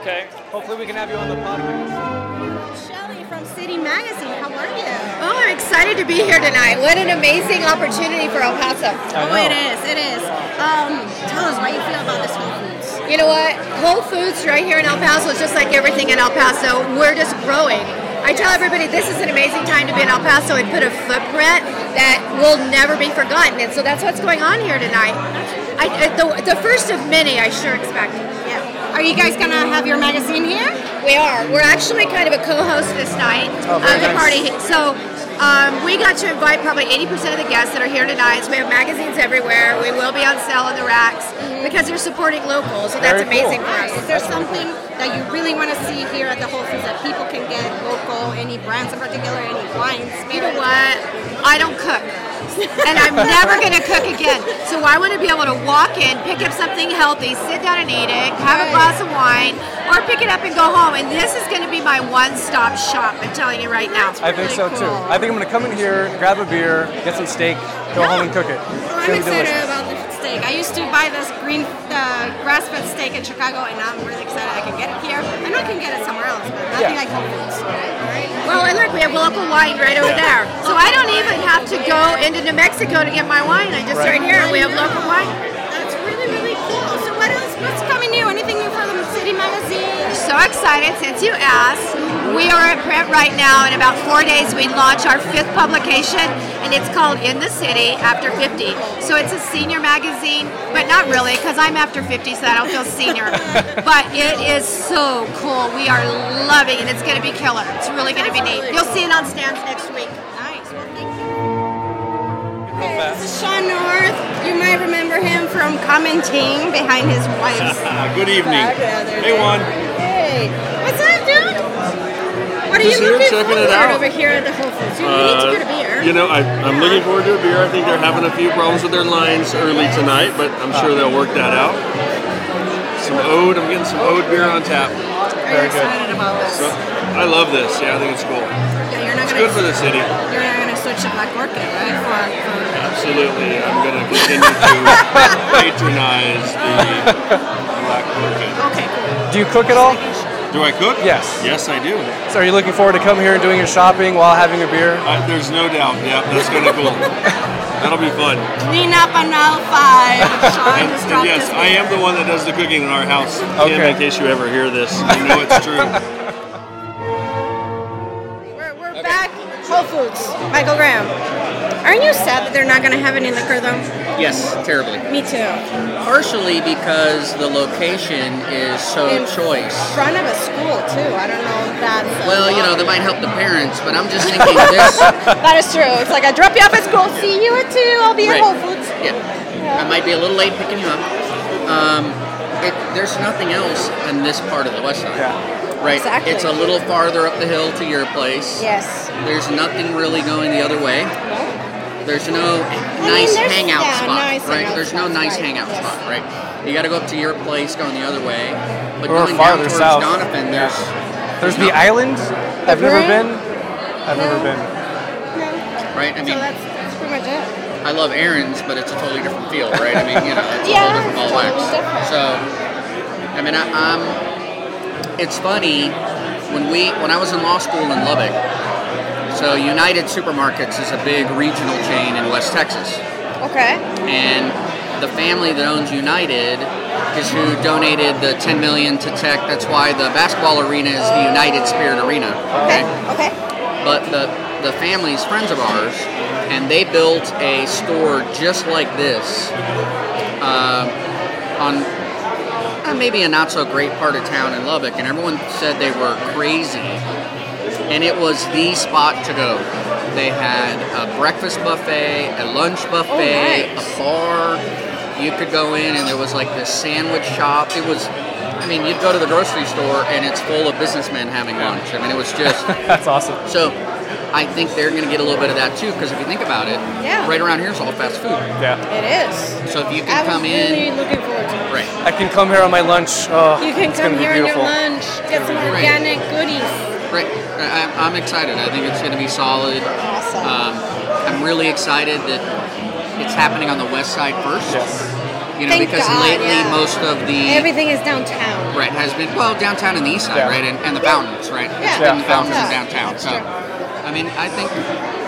[SPEAKER 6] Okay.
[SPEAKER 1] Hopefully, we can have you on the podcast.
[SPEAKER 2] Shelly from City Magazine. How are you?
[SPEAKER 8] Oh, I'm excited to be here tonight. What an amazing opportunity for El Paso.
[SPEAKER 2] Oh, it is. It is. Um, tell us what you feel about this Whole Foods.
[SPEAKER 8] You know what? Whole Foods right here in El Paso is just like everything in El Paso. We're just growing. I tell everybody this is an amazing time to be in El Paso and put a footprint that will never be forgotten. And so that's what's going on here tonight. I, I- the, the first of many, I sure expect.
[SPEAKER 2] Yeah. Are you guys gonna have your magazine here?
[SPEAKER 8] We are. We're actually kind of a co-host this night
[SPEAKER 2] Oh,
[SPEAKER 8] of
[SPEAKER 1] very
[SPEAKER 8] the
[SPEAKER 1] nice.
[SPEAKER 8] party. So um, we got to invite probably 80% of the guests that are here tonight. So we have magazines everywhere. We will be on sale in the racks because they're supporting local. So that's
[SPEAKER 1] Very cool.
[SPEAKER 8] amazing for us.
[SPEAKER 2] Is there something that you really want to see here at the Whole Foods that people can get local? Any brands in particular? Any wines?
[SPEAKER 8] You know
[SPEAKER 2] spirits?
[SPEAKER 8] what? I don't cook. and I'm never going to cook again. So I want to be able to walk in, pick up something healthy, sit down and eat it, have a
[SPEAKER 2] Right.
[SPEAKER 8] glass of wine, or pick it up and go home. And this is going to be my one-stop shop. I'm telling you right now.
[SPEAKER 1] I think so too. I think I'm gonna come in here, grab a beer, get some steak, go home and cook it.
[SPEAKER 2] Well,
[SPEAKER 1] It's
[SPEAKER 2] I'm
[SPEAKER 1] gonna be
[SPEAKER 2] excited
[SPEAKER 1] delicious.
[SPEAKER 2] about the steak. I used to buy this green uh, grass-fed steak in Chicago, and now I'm really excited I can get it here. I know I can get it somewhere else, but nothing
[SPEAKER 1] Yeah.
[SPEAKER 2] like Whole Foods. Right?
[SPEAKER 8] Well, and look, we have local wine right over there. So I don't even have to go into New Mexico to get my wine. I just right, here. We have local wine.
[SPEAKER 2] That's really, really cool. So what else? What's coming new? Anything new from the City Magazine?
[SPEAKER 8] So excited since you asked. We are at print right now. In about four days, we launch our fifth publication, and it's called In the City After 50. So it's a senior magazine, but not really, because I'm after 50, so I don't feel senior. but it is so cool. We are loving it. It's going to be killer. It's really going to be neat. You'll see it on stands next week.
[SPEAKER 2] Nice. Well, thank you. Hey, this is Sean North. You might remember him from commenting behind his wife's
[SPEAKER 7] Good evening.
[SPEAKER 2] back the other
[SPEAKER 7] Hey,
[SPEAKER 2] day.
[SPEAKER 7] Juan.
[SPEAKER 2] Hey, what's up, dude? What are you
[SPEAKER 7] Just here,
[SPEAKER 2] looking
[SPEAKER 7] checking
[SPEAKER 2] forward
[SPEAKER 7] it out.
[SPEAKER 2] over here at the Whole Foods? You
[SPEAKER 7] Uh,
[SPEAKER 2] need to get a beer.
[SPEAKER 7] You know, I, I'm looking forward to a beer. I think they're having a few problems with their lines early tonight, but I'm sure they'll work that out. Some Ode, I'm getting some Ode beer on tap.
[SPEAKER 2] Are you excited about this?
[SPEAKER 7] So, I love this. Yeah, I think it's cool.
[SPEAKER 2] yeah, you're not
[SPEAKER 7] It's
[SPEAKER 2] gonna
[SPEAKER 7] good for the city.
[SPEAKER 2] you're not gonna switch to black market, right? For, for
[SPEAKER 7] Absolutely. I'm going to continue to patronize the black market.
[SPEAKER 2] okay, cool.
[SPEAKER 1] Do you cook at all?
[SPEAKER 7] Do I cook?
[SPEAKER 1] Yes.
[SPEAKER 7] Yes, I do.
[SPEAKER 1] So are you looking forward to come here and doing your shopping while having a beer?
[SPEAKER 7] Uh, there's no doubt. Yeah, that's going to be cool. That'll be fun.
[SPEAKER 2] Clean up on aisle five. Sean
[SPEAKER 7] And,
[SPEAKER 2] just
[SPEAKER 7] and
[SPEAKER 2] dropped
[SPEAKER 7] yes,
[SPEAKER 2] his
[SPEAKER 7] I am the one that does the cooking in our house. Kim,
[SPEAKER 1] Okay.
[SPEAKER 7] in case you ever hear this, you know it's true.
[SPEAKER 2] We're, we're back. Whole Foods. Michael Graham. Aren't you sad that they're not gonna have any liquor though?
[SPEAKER 9] Yes, terribly.
[SPEAKER 2] Me too. In
[SPEAKER 9] Partially because the location is so
[SPEAKER 2] In-
[SPEAKER 9] choice.
[SPEAKER 2] front of a school too. I don't know if that's. a
[SPEAKER 9] Well, you
[SPEAKER 2] lot.
[SPEAKER 9] know, that might help the parents, but I'm just thinking this.
[SPEAKER 2] That is true. It's like I drop you off at school. See you at two. I'll be
[SPEAKER 9] Right.
[SPEAKER 2] at Whole Foods.
[SPEAKER 9] Yeah, I might be a little late picking you up. Um, it, there's nothing else in this part of the West Side.
[SPEAKER 1] Yeah.
[SPEAKER 9] Right.
[SPEAKER 2] Exactly.
[SPEAKER 9] It's a little farther up the hill to your place.
[SPEAKER 2] Yes.
[SPEAKER 9] There's nothing really going the other way. There's no nice
[SPEAKER 2] there's-
[SPEAKER 9] hangout
[SPEAKER 2] yeah,
[SPEAKER 9] spot,
[SPEAKER 2] nice
[SPEAKER 9] right?
[SPEAKER 2] hangout
[SPEAKER 9] there's no
[SPEAKER 2] spots,
[SPEAKER 9] nice
[SPEAKER 2] right,
[SPEAKER 9] hangout
[SPEAKER 2] yes.
[SPEAKER 9] spot, right? You got to go up to your place going the other way. But
[SPEAKER 1] Or
[SPEAKER 9] going
[SPEAKER 1] farther
[SPEAKER 9] down towards
[SPEAKER 1] south.
[SPEAKER 9] Donovan,
[SPEAKER 1] Yeah.
[SPEAKER 9] there's
[SPEAKER 1] There's the island. I've never
[SPEAKER 2] brew?
[SPEAKER 1] been. I've never
[SPEAKER 2] No.
[SPEAKER 1] been.
[SPEAKER 2] No.
[SPEAKER 9] right. I
[SPEAKER 2] So
[SPEAKER 9] mean,
[SPEAKER 2] that's, that's pretty much it.
[SPEAKER 9] I love errands, but it's a totally different feel, right? I mean, you know, it's
[SPEAKER 2] Yeah,
[SPEAKER 9] a whole different ball of
[SPEAKER 2] it's
[SPEAKER 9] wax.
[SPEAKER 2] totally different.
[SPEAKER 9] So, I mean, I, I'm. It's funny when we when I was in law school in Lubbock. So United Supermarkets is a big regional chain in West Texas,
[SPEAKER 2] Okay.
[SPEAKER 9] and the family that owns United is who donated the 10 million to Tech. That's why the basketball arena is the United Spirit Arena.
[SPEAKER 2] Okay. Okay.
[SPEAKER 9] but the the family's friends of ours, and they built a store just like this um, on uh, maybe a not so great part of town in Lubbock, and everyone said they were crazy, and it was the spot to go. They had a breakfast buffet, a lunch buffet,
[SPEAKER 2] nice.
[SPEAKER 9] a bar. You could go in, and there was like this sandwich shop. It was. I mean, you'd go to the grocery store and it's full of businessmen having lunch. I mean, it was just
[SPEAKER 1] That's awesome.
[SPEAKER 9] so I think they're going to get a little bit of that too. Because if you think about it,
[SPEAKER 2] Yeah.
[SPEAKER 9] right around here is all fast food.
[SPEAKER 1] Yeah.
[SPEAKER 2] It is.
[SPEAKER 9] So if you
[SPEAKER 2] I
[SPEAKER 9] can
[SPEAKER 2] was
[SPEAKER 9] come
[SPEAKER 2] really
[SPEAKER 9] in,
[SPEAKER 2] looking forward to it.
[SPEAKER 9] right,
[SPEAKER 1] I can come here on my lunch. Oh,
[SPEAKER 2] You can
[SPEAKER 1] it's gonna
[SPEAKER 2] come
[SPEAKER 1] be
[SPEAKER 2] here on your
[SPEAKER 1] beautiful.
[SPEAKER 2] lunch, get some
[SPEAKER 9] Right.
[SPEAKER 2] organic goodies.
[SPEAKER 9] right, I, I'm excited. I think it's going to be solid.
[SPEAKER 2] Awesome.
[SPEAKER 9] Um, I'm really excited that it's happening on the west side first.
[SPEAKER 1] Yes.
[SPEAKER 9] You know,
[SPEAKER 2] Thank
[SPEAKER 9] because
[SPEAKER 2] God,
[SPEAKER 9] lately
[SPEAKER 2] yeah.
[SPEAKER 9] most of the
[SPEAKER 2] Everything is downtown.
[SPEAKER 9] Right, has been well downtown and the east side,
[SPEAKER 1] Yeah.
[SPEAKER 9] right, and, and the fountains, right.
[SPEAKER 2] Yeah.
[SPEAKER 9] It's been
[SPEAKER 1] Yeah.
[SPEAKER 9] the fountains and
[SPEAKER 2] Yeah.
[SPEAKER 9] downtown. So, I mean, I think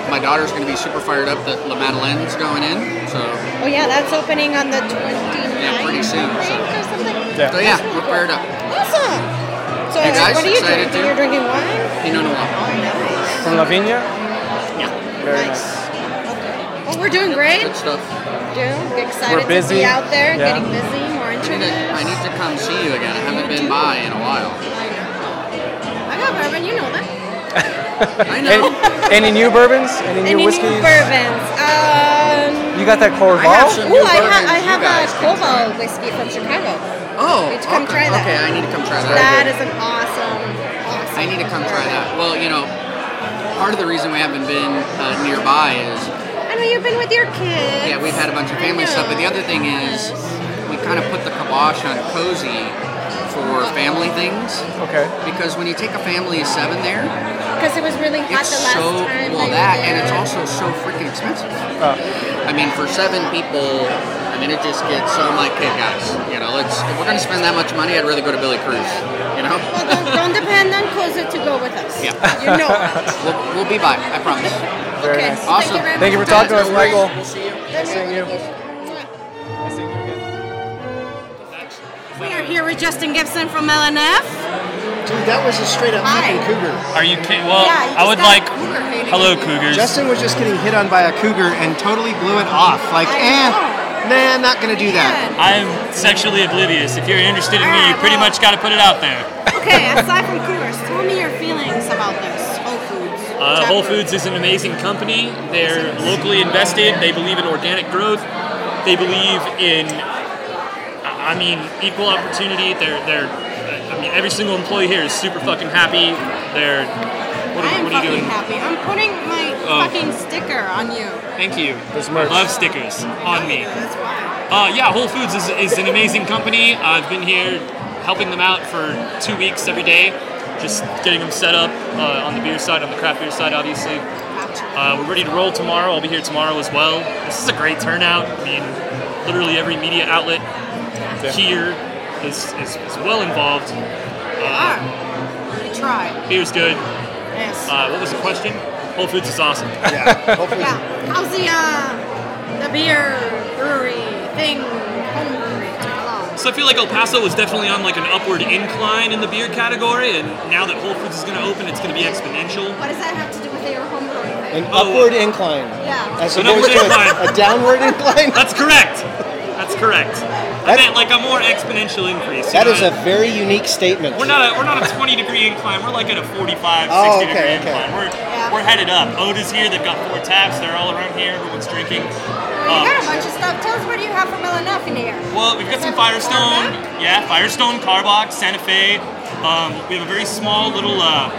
[SPEAKER 9] my daughter's going to be super fired up that La Madeleine's going in. So,
[SPEAKER 2] Oh yeah, that's opening on the 29th
[SPEAKER 9] pretty soon,
[SPEAKER 2] I think,
[SPEAKER 9] so.
[SPEAKER 2] or something.
[SPEAKER 1] Yeah.
[SPEAKER 9] so yeah, we're fired up.
[SPEAKER 2] Awesome. So
[SPEAKER 9] You guys
[SPEAKER 2] what are you
[SPEAKER 9] excited
[SPEAKER 2] drinking?
[SPEAKER 9] too?
[SPEAKER 2] You're drinking wine?
[SPEAKER 9] Pinot Noir.
[SPEAKER 2] Nice.
[SPEAKER 1] From La Viña? Very
[SPEAKER 2] nice. Okay. Well, Oh, we're doing great.
[SPEAKER 9] Good stuff.
[SPEAKER 2] Doing excited
[SPEAKER 1] We're
[SPEAKER 2] to
[SPEAKER 1] busy.
[SPEAKER 2] be out there,
[SPEAKER 1] Yeah.
[SPEAKER 2] getting busy, more
[SPEAKER 9] I need, to, I
[SPEAKER 2] interviews.
[SPEAKER 9] need to come see you again. I haven't been by in a while.
[SPEAKER 2] I got bourbon, you know that.
[SPEAKER 9] I know.
[SPEAKER 1] Any, any new bourbons? Any new
[SPEAKER 2] Any
[SPEAKER 1] whiskeys?
[SPEAKER 2] new bourbons? Um,
[SPEAKER 1] you got that Corval?
[SPEAKER 9] I have some
[SPEAKER 2] ooh,
[SPEAKER 9] new
[SPEAKER 2] I, ha-
[SPEAKER 9] bourbons
[SPEAKER 2] I
[SPEAKER 9] you
[SPEAKER 2] have
[SPEAKER 9] guys
[SPEAKER 2] a
[SPEAKER 9] can try.
[SPEAKER 2] Koval whiskey from Chicago.
[SPEAKER 9] Oh,
[SPEAKER 2] Let's come
[SPEAKER 9] okay.
[SPEAKER 2] try that.
[SPEAKER 9] Okay, I need to come try that.
[SPEAKER 2] That is an awesome, awesome.
[SPEAKER 9] I need to come try
[SPEAKER 2] bourbon.
[SPEAKER 9] that. Well, you know, part of the reason we haven't been uh, nearby is
[SPEAKER 2] I know you've been with your kids.
[SPEAKER 9] Yeah, we've had a bunch of
[SPEAKER 2] I
[SPEAKER 9] family stuff, but the
[SPEAKER 2] know.
[SPEAKER 9] other thing is we kind of put the kibosh on cozy for family things
[SPEAKER 1] Okay.
[SPEAKER 9] because when you take a family of seven there,
[SPEAKER 2] Because it was really hot
[SPEAKER 9] it's
[SPEAKER 2] the last
[SPEAKER 9] so
[SPEAKER 2] time.
[SPEAKER 9] well
[SPEAKER 2] we
[SPEAKER 9] that,
[SPEAKER 2] were
[SPEAKER 9] and it's
[SPEAKER 2] there.
[SPEAKER 9] also so freaking expensive.
[SPEAKER 1] Uh,
[SPEAKER 9] I mean, for seven people, I mean it just gets. So I'm like, hey guys, you know, let's if we're gonna spend that much money, I'd rather go to Billy Cruz. You know,
[SPEAKER 2] Well, don't, don't depend on Koza to go with us.
[SPEAKER 9] Yeah.
[SPEAKER 2] You know that.
[SPEAKER 9] we'll, we'll be by. I promise.
[SPEAKER 1] very
[SPEAKER 2] okay.
[SPEAKER 1] nice.
[SPEAKER 9] Awesome.
[SPEAKER 2] very
[SPEAKER 1] Thank you for
[SPEAKER 2] much.
[SPEAKER 1] talking to us, Michael.
[SPEAKER 9] We'll see you.
[SPEAKER 1] Seeing you.
[SPEAKER 2] We are here with Justin Gibson from LNF.
[SPEAKER 10] Dude, that was a straight up
[SPEAKER 2] Hi.
[SPEAKER 10] fucking cougar.
[SPEAKER 11] Are you kidding? Well,
[SPEAKER 2] Yeah, you
[SPEAKER 11] I would
[SPEAKER 2] just got
[SPEAKER 11] like.
[SPEAKER 2] a cougar hating
[SPEAKER 11] Hello,
[SPEAKER 2] on you.
[SPEAKER 11] Cougars.
[SPEAKER 10] Justin was just getting hit on by a cougar and totally blew it off. Like,
[SPEAKER 2] I
[SPEAKER 10] eh,
[SPEAKER 2] know.
[SPEAKER 10] nah, not gonna do that.
[SPEAKER 11] I'm sexually oblivious. If you're interested in me, you pretty much got to put it out there.
[SPEAKER 2] Okay, aside from cougars, tell me your feelings about this Whole Foods.
[SPEAKER 11] Uh, Whole Foods is an amazing company. They're locally invested. They believe in organic growth. They believe in, I I mean, equal opportunity. They're they're. I mean, every single employee here is super fucking happy. They're. What
[SPEAKER 2] I
[SPEAKER 11] are,
[SPEAKER 2] am
[SPEAKER 11] what are you
[SPEAKER 2] fucking
[SPEAKER 11] doing?
[SPEAKER 2] happy. I'm putting my
[SPEAKER 11] Oh.
[SPEAKER 2] fucking sticker on you.
[SPEAKER 11] Thank you.
[SPEAKER 1] There's merch.
[SPEAKER 11] I love stickers on me.
[SPEAKER 2] That's why.
[SPEAKER 11] Uh, yeah, Whole Foods is, is an amazing company. I've been here helping them out for two weeks every day, just getting them set up uh, on the beer side, on the craft beer side, obviously. Uh, we're ready to roll tomorrow. I'll be here tomorrow as well. This is a great turnout. I mean, literally every media outlet here is, is, is well involved. Uh,
[SPEAKER 2] We try.
[SPEAKER 11] beer's good.
[SPEAKER 2] Yes.
[SPEAKER 11] Uh, what was the question? Whole Foods is awesome.
[SPEAKER 10] Yeah, hopefully.
[SPEAKER 2] Yeah. How's the uh, the beer brewery thing? Home brewery. coming along?
[SPEAKER 11] So I feel like El Paso was definitely on like an upward incline in the beer category, and now that Whole Foods is going to open, it's going to be exponential.
[SPEAKER 2] What does that have to do with your home brewing thing?
[SPEAKER 10] An upward incline.
[SPEAKER 2] Yeah.
[SPEAKER 10] As
[SPEAKER 11] An upward
[SPEAKER 10] opposed to
[SPEAKER 11] incline.
[SPEAKER 10] a, a downward incline.
[SPEAKER 11] That's correct. That's correct. I meant
[SPEAKER 10] That-
[SPEAKER 11] like a more exponential increase. you
[SPEAKER 10] That
[SPEAKER 11] know?
[SPEAKER 10] is a very unique statement.
[SPEAKER 11] We're not a we're not a 20 degree incline. We're like at a 45, 60
[SPEAKER 10] Oh, okay,
[SPEAKER 11] degree
[SPEAKER 10] okay.
[SPEAKER 11] incline. We're
[SPEAKER 2] Yeah.
[SPEAKER 11] we're headed up. Oda's here. They've got four taps. They're all around here. Everyone's drinking.
[SPEAKER 2] Well, you got
[SPEAKER 11] Um,
[SPEAKER 2] a bunch of stuff. Tell us what do you have from LNF in here?
[SPEAKER 11] well, we've got some Firestone. Yeah, Firestone, Carbox, Santa Fe. Um, we have a very small little uh,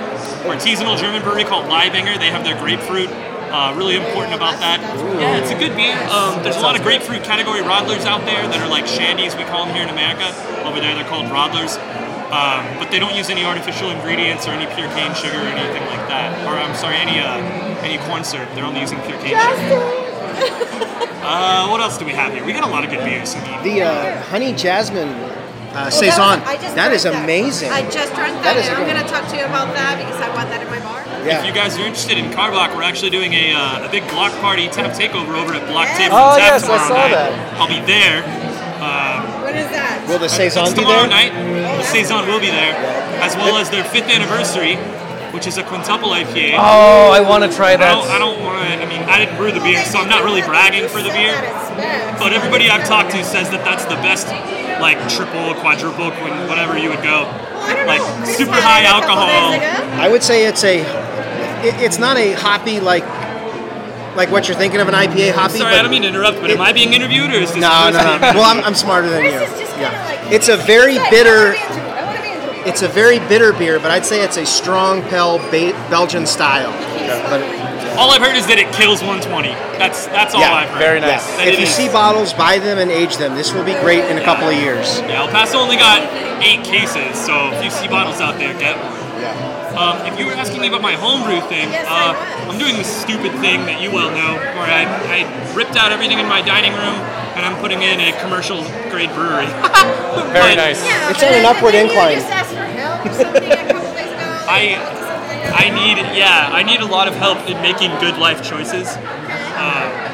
[SPEAKER 11] artisanal German brewery called Leibinger. They have their grapefruit. Uh, really important about that. Yeah, it's a good beer. Um, there's a lot of grapefruit category Rodlers out there that are like shandies, we call them here in America. Over there, they're called Rodlers. Um, but they don't use any artificial ingredients or any pure cane sugar or anything like that. Or I'm sorry, any uh, any corn syrup. They're only using pure cane sugar. Uh, what else do we have here? We got a lot of good beers. I mean,
[SPEAKER 10] The uh, honey jasmine
[SPEAKER 2] Well,
[SPEAKER 10] uh,
[SPEAKER 2] that-
[SPEAKER 10] saison.
[SPEAKER 2] I just
[SPEAKER 10] That
[SPEAKER 2] drank
[SPEAKER 10] is amazing.
[SPEAKER 2] I just drank that,
[SPEAKER 10] That is
[SPEAKER 2] and I'm
[SPEAKER 10] good.
[SPEAKER 2] going to talk to you about that because I want that in my bar.
[SPEAKER 11] If
[SPEAKER 10] yeah.
[SPEAKER 11] you guys are interested in Carbach, we're actually doing a, uh, a big block party tap takeover over at Block
[SPEAKER 2] Yes.
[SPEAKER 11] Table and
[SPEAKER 1] Oh,
[SPEAKER 11] Tap
[SPEAKER 1] yes, I
[SPEAKER 11] tomorrow
[SPEAKER 1] saw
[SPEAKER 11] night.
[SPEAKER 1] that.
[SPEAKER 11] I'll be there. Um,
[SPEAKER 2] What is that? Oh,
[SPEAKER 10] Will the saison
[SPEAKER 11] it's
[SPEAKER 10] be
[SPEAKER 11] tomorrow
[SPEAKER 10] there?
[SPEAKER 11] night. The saison will be there, as well as their fifth anniversary, which is a quintuple IPA.
[SPEAKER 1] Oh, I want to
[SPEAKER 11] I
[SPEAKER 1] try
[SPEAKER 11] don't, I
[SPEAKER 1] that.
[SPEAKER 11] don't want to. I mean, I didn't brew the beer, so I'm not really bragging for the beer. But everybody I've talked to says that that's the best, like triple, quadruple, quin- whatever you would go.
[SPEAKER 2] I don't know.
[SPEAKER 11] like
[SPEAKER 2] Chris
[SPEAKER 11] super high
[SPEAKER 2] had it a couple
[SPEAKER 11] alcohol.
[SPEAKER 2] days ago.
[SPEAKER 10] I would say it's a. It, it's not a hoppy like, like what you're thinking of an IPA hoppy.
[SPEAKER 11] Sorry,
[SPEAKER 10] but
[SPEAKER 11] I don't mean to interrupt, but am I being interviewed or is this?
[SPEAKER 10] No, no, no. Well, I'm, I'm smarter than you.
[SPEAKER 2] Chris is just kind of like.
[SPEAKER 10] It's a very
[SPEAKER 2] He's like, I want
[SPEAKER 10] bitter.
[SPEAKER 2] to be interviewed. I want to be interviewed.
[SPEAKER 10] It's a very bitter beer, but I'd say it's a strong pale ba- Belgian style.
[SPEAKER 2] He's
[SPEAKER 10] Yeah, but it,
[SPEAKER 11] All I've heard is that it kills 120. That's that's all
[SPEAKER 10] yeah,
[SPEAKER 11] I've heard.
[SPEAKER 10] yeah.
[SPEAKER 11] That
[SPEAKER 10] If
[SPEAKER 11] it
[SPEAKER 10] you
[SPEAKER 11] is-
[SPEAKER 10] see bottles, buy them and age them. This will be great in a couple of years.
[SPEAKER 11] Yeah, El Paso only got eight cases, so if you see bottles out there, get one. Yeah. Um, if you were asking me about my homebrew thing, uh, I'm doing this stupid thing that you well know, where I, I ripped out everything in my dining room and I'm putting in a commercial grade brewery.
[SPEAKER 10] Very
[SPEAKER 11] nice.
[SPEAKER 10] It's on an upward incline.
[SPEAKER 11] I I need yeah I need a lot of help in making good life choices. Uh,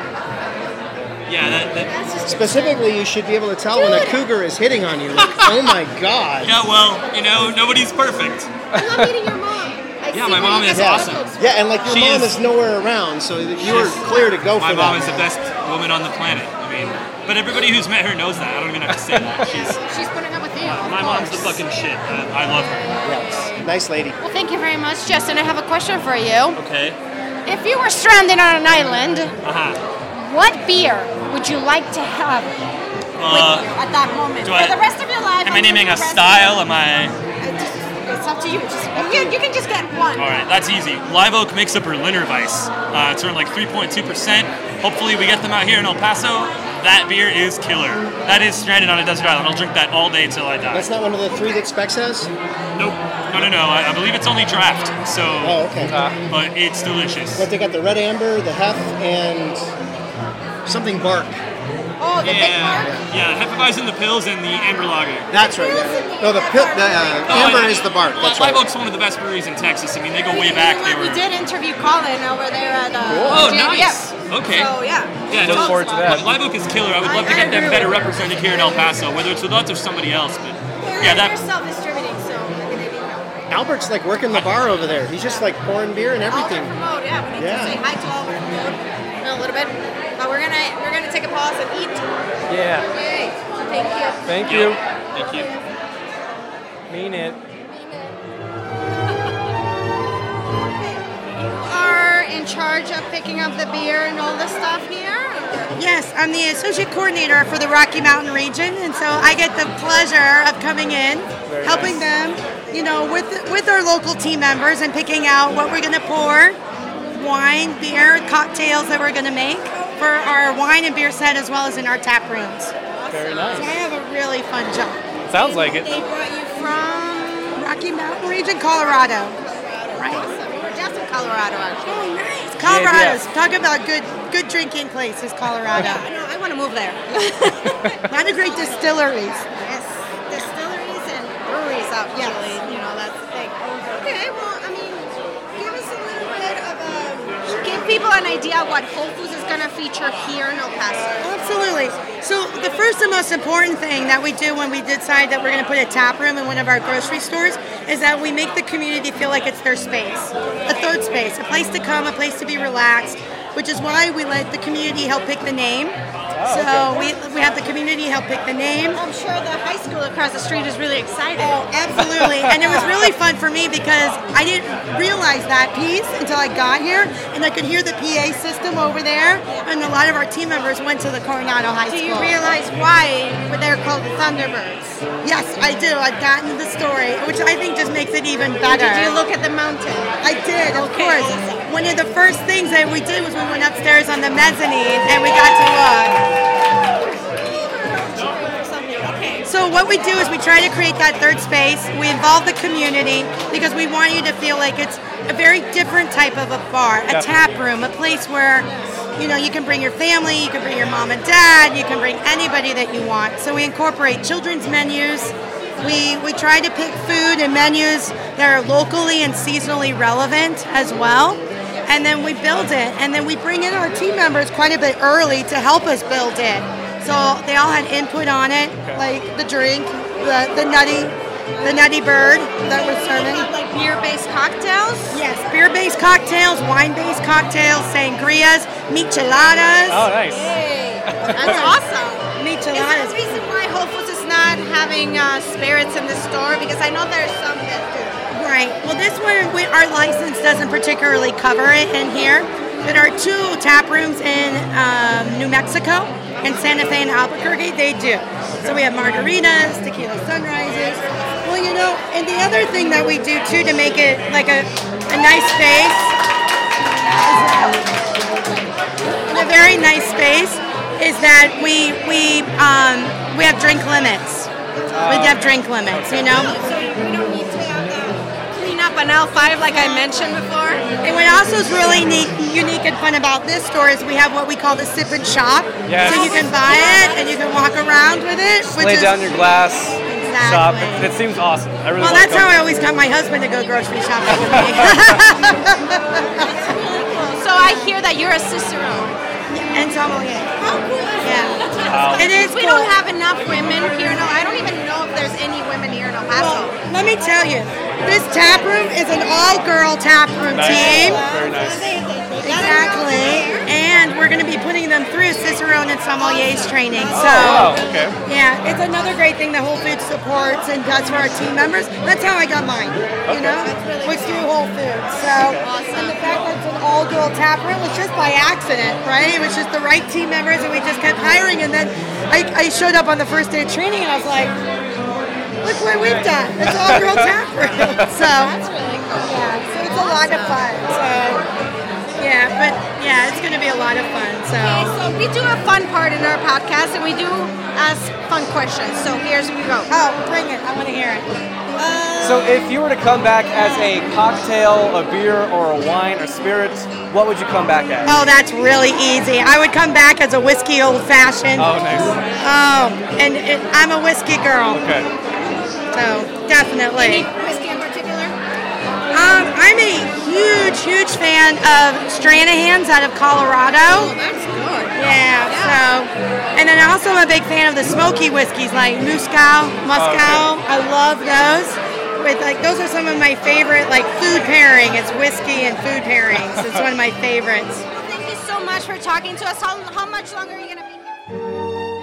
[SPEAKER 11] yeah, that, that
[SPEAKER 10] Specifically, you should be able to tell when a cougar is hitting on you. Like, oh my god.
[SPEAKER 11] yeah. Well, you know, nobody's perfect.
[SPEAKER 2] I love meeting your mom. I
[SPEAKER 11] Yeah,
[SPEAKER 2] see
[SPEAKER 11] my
[SPEAKER 2] where
[SPEAKER 11] mom
[SPEAKER 2] you
[SPEAKER 11] is
[SPEAKER 2] get
[SPEAKER 11] awesome.
[SPEAKER 2] photos from.
[SPEAKER 10] Yeah, and like your
[SPEAKER 11] She
[SPEAKER 10] mom
[SPEAKER 11] is-
[SPEAKER 10] is, nowhere around, so that you are
[SPEAKER 11] She's-
[SPEAKER 10] clear to go
[SPEAKER 11] My
[SPEAKER 10] for that.
[SPEAKER 11] mom is the best woman on the planet. I mean, but everybody who's met her knows that. I don't even have to say that. She's
[SPEAKER 12] She's putting up with you. of
[SPEAKER 11] my mom's the
[SPEAKER 12] course.
[SPEAKER 11] fucking shit. I, I love her.
[SPEAKER 10] Yes. Nice lady.
[SPEAKER 12] Well, thank you very much, Justin. I have a question for you.
[SPEAKER 11] Okay.
[SPEAKER 12] If you were stranded on an island,
[SPEAKER 11] Uh-huh.
[SPEAKER 12] what beer would you like to have?
[SPEAKER 11] Uh
[SPEAKER 2] At that moment,
[SPEAKER 11] Do I-
[SPEAKER 2] for the rest of your life.
[SPEAKER 11] Am I
[SPEAKER 2] until
[SPEAKER 11] naming
[SPEAKER 2] you
[SPEAKER 11] a
[SPEAKER 2] rest-
[SPEAKER 11] style? Am I?
[SPEAKER 2] It's up to you. Just, you, you can just get one.
[SPEAKER 11] All right, that's easy. Live Oak makes a Berliner Weiss. Uh, it's around like 3.2 percent. Hopefully, we get them out here in El Paso. That beer is killer. That is stranded on a desert island. I'll drink that all day till I die.
[SPEAKER 10] That's not one of the three that Specs has.
[SPEAKER 11] Nope. No, no, no. I, I believe it's only draft. So.
[SPEAKER 10] Oh, okay.
[SPEAKER 11] But it's delicious.
[SPEAKER 10] But they got the red amber, the hef, and something bark.
[SPEAKER 2] Oh, the big
[SPEAKER 11] Yeah.
[SPEAKER 2] mark.
[SPEAKER 11] Yeah. Hefeweizen, the pills, and the amber lager.
[SPEAKER 10] That's right. Yeah. No, the pil- the uh,
[SPEAKER 11] Oh,
[SPEAKER 10] amber
[SPEAKER 11] I-
[SPEAKER 10] is the bark.
[SPEAKER 11] Well,
[SPEAKER 10] That's
[SPEAKER 11] Live
[SPEAKER 10] right.
[SPEAKER 11] Oak's one of the best breweries in Texas. I mean, they go way
[SPEAKER 2] We- you
[SPEAKER 11] back.
[SPEAKER 2] know
[SPEAKER 11] They
[SPEAKER 2] what? We
[SPEAKER 11] were.
[SPEAKER 2] did interview Colin over there at uh,
[SPEAKER 11] Oh,
[SPEAKER 2] J-
[SPEAKER 11] nice.
[SPEAKER 2] yep.
[SPEAKER 11] Okay.
[SPEAKER 2] So yeah.
[SPEAKER 11] Yeah,
[SPEAKER 2] Talks about it.
[SPEAKER 11] Live Oak is killer. I would love to
[SPEAKER 2] I- I
[SPEAKER 11] get them
[SPEAKER 2] agree
[SPEAKER 11] better
[SPEAKER 2] with you.
[SPEAKER 11] represented here in El Paso, whether it's with us or somebody else. But
[SPEAKER 2] We're,
[SPEAKER 11] yeah,
[SPEAKER 2] we're
[SPEAKER 11] that
[SPEAKER 2] self-distributing, so we're gonna need help.
[SPEAKER 10] Albert's like working the bar over there. He's just like pouring beer and everything.
[SPEAKER 2] Albert Mode, yeah. We need
[SPEAKER 10] Yeah.
[SPEAKER 2] to say hi to Albert Mode in a little bit, but we're gonna we're gonna take a pause and eat.
[SPEAKER 1] Yeah.
[SPEAKER 2] Yay! Thank you.
[SPEAKER 1] Thank you.
[SPEAKER 11] Thank you.
[SPEAKER 1] Mean it.
[SPEAKER 12] Are in charge of picking up the beer and all this stuff here?
[SPEAKER 13] Yes, I'm the associate coordinator for the Rocky Mountain region, and so I get the pleasure of coming in,
[SPEAKER 12] Very
[SPEAKER 13] helping them, you know, with with our local team members and picking out what we're going to pour, wine, beer, cocktails that we're going to make for our wine and beer set as well as in our tap rooms.
[SPEAKER 1] Very
[SPEAKER 13] So I
[SPEAKER 1] nice.
[SPEAKER 13] have a really fun job.
[SPEAKER 1] Sounds like it.
[SPEAKER 13] They brought you from Rocky Mountain region, Colorado.
[SPEAKER 2] We're just in Colorado,
[SPEAKER 13] Oh,
[SPEAKER 2] actually.
[SPEAKER 13] nice.
[SPEAKER 2] Yeah,
[SPEAKER 13] Colorado's talk about good good drinking places, Colorado.
[SPEAKER 2] I know. I want to move there.
[SPEAKER 13] Not a great distilleries.
[SPEAKER 2] Yes, distilleries and breweries, actually. You know, that's the thing. Okay, well, I mean, give us a little bit of a.
[SPEAKER 12] Give people an idea what Whole Foods is going to feature here in El Paso.
[SPEAKER 13] Absolutely. So the first and most important thing that we do when we decide that we're going to put a tap room in one of our grocery stores is that we make the community feel like it's their space, a third space, a place to come, a place to be relaxed, which is why we let the community help pick the name. so we, we have the community help pick the name.
[SPEAKER 2] I'm sure the high school across the street is really excited.
[SPEAKER 13] Oh, absolutely. and it was really fun for me because I didn't realize that piece until I got here, and I could hear the PA system over there, and a lot of our team members went to the Coronado High
[SPEAKER 2] Do
[SPEAKER 13] School.
[SPEAKER 2] you realize why they're called the Thunderbirds?
[SPEAKER 13] Yes, I do. I've gotten the story, which I think just makes it even better.
[SPEAKER 2] Did you look at the mountain?
[SPEAKER 13] I did, of course. One of the first things that we did was we went upstairs on the mezzanine and we got to look. So what we do is we try to create that third space. We involve the community because we want you to feel like it's a very different type of a bar, a
[SPEAKER 12] Yeah.
[SPEAKER 13] tap room, a place where you know you can bring your family, you can bring your mom and dad, you can bring anybody that you want. So we incorporate children's menus. We we try to pick food and menus that are locally and seasonally relevant as well. And then we build it, and then we bring in our team members quite a bit early to help us build it. So they all had input on it, like the drink, the, the nutty, the nutty bird that was serving. Like beer-based cocktails. Yes, beer-based cocktails, wine-based cocktails, sangrias, micheladas.
[SPEAKER 2] Oh, nice.
[SPEAKER 13] That's awesome. Micheladas.
[SPEAKER 2] Is there a reason why Whole Foods is not having uh, spirits in the store? Because I know there's some that do.
[SPEAKER 13] Right. Well, this one, we, our license doesn't particularly cover it in here. But our two tap rooms in um, New Mexico and Santa Fe and Albuquerque, they do. So we have margaritas, tequila sunrises. Well, you know, and the other thing that we do too to make it like a, a nice space in a very nice space is that we we um, we have drink limits. we have drink limits, you know.
[SPEAKER 2] Clean up an L5 like I mentioned before.
[SPEAKER 13] And what also is really neat, unique and fun about this store is we have what we call the sip and shop.
[SPEAKER 7] Yes.
[SPEAKER 13] So you can buy it and you can walk around with it.
[SPEAKER 7] Just
[SPEAKER 13] which
[SPEAKER 7] lay
[SPEAKER 13] is,
[SPEAKER 7] down your glass, shop.
[SPEAKER 13] Exactly.
[SPEAKER 7] It seems awesome. I really
[SPEAKER 13] well,
[SPEAKER 7] wanna
[SPEAKER 13] that's how
[SPEAKER 7] come.
[SPEAKER 13] I always got my husband to go grocery shopping with me.
[SPEAKER 2] So I hear that you're a Cicero.
[SPEAKER 13] And sommelier.
[SPEAKER 2] How cool is that?
[SPEAKER 13] Wow. It is
[SPEAKER 2] We
[SPEAKER 13] cool.
[SPEAKER 2] don't have enough women here. No, I don't even know if there's any women here in El Paso.
[SPEAKER 13] Let me tell you, this tap room is an all-girl tap room
[SPEAKER 7] Nice.
[SPEAKER 13] team.
[SPEAKER 7] Very nice.
[SPEAKER 13] Exactly. And we're going to be putting them through Cicerone and sommelier's training. So,
[SPEAKER 7] Oh, wow. Okay.
[SPEAKER 13] yeah, it's another great thing that Whole Foods supports and does for our team members. That's how I got mine, you know, was through Whole Foods. So, and the fact that it's an all girl tap room was just by accident, right? It was just the right team members, and we just kept hiring. And then I, I showed up on the first day of training, and I was like, look what we've done. It's all girl tap room. So, that's really cool. Yeah, so it's a lot of fun. So, yeah, but yeah, it's going to be a lot of fun. So,
[SPEAKER 2] Okay, so we do a fun part in our podcast, and we do ask fun questions. So here's we go.
[SPEAKER 13] Oh, bring it! I want to hear it.
[SPEAKER 7] So if you were to come back as a cocktail, a beer, or a wine or spirits, what would you come back as?
[SPEAKER 13] oh, that's really easy. I would come back as a whiskey old fashioned.
[SPEAKER 7] Oh, nice.
[SPEAKER 13] Oh, and it, I'm a whiskey girl.
[SPEAKER 7] Okay.
[SPEAKER 13] So definitely.
[SPEAKER 2] Whiskey in particular.
[SPEAKER 13] Um, I'm a huge, huge fan of Stranahan's out of Colorado.
[SPEAKER 2] Oh, that's good.
[SPEAKER 13] Yeah, so. And then also I'm a big fan of the smoky whiskeys like Moscow, Moscow. I love those. With like those are some of my favorite like food pairing. It's whiskey and food pairings. It's one of my favorites.
[SPEAKER 2] Thank you so much for talking to us. How, how much longer are you gonna be?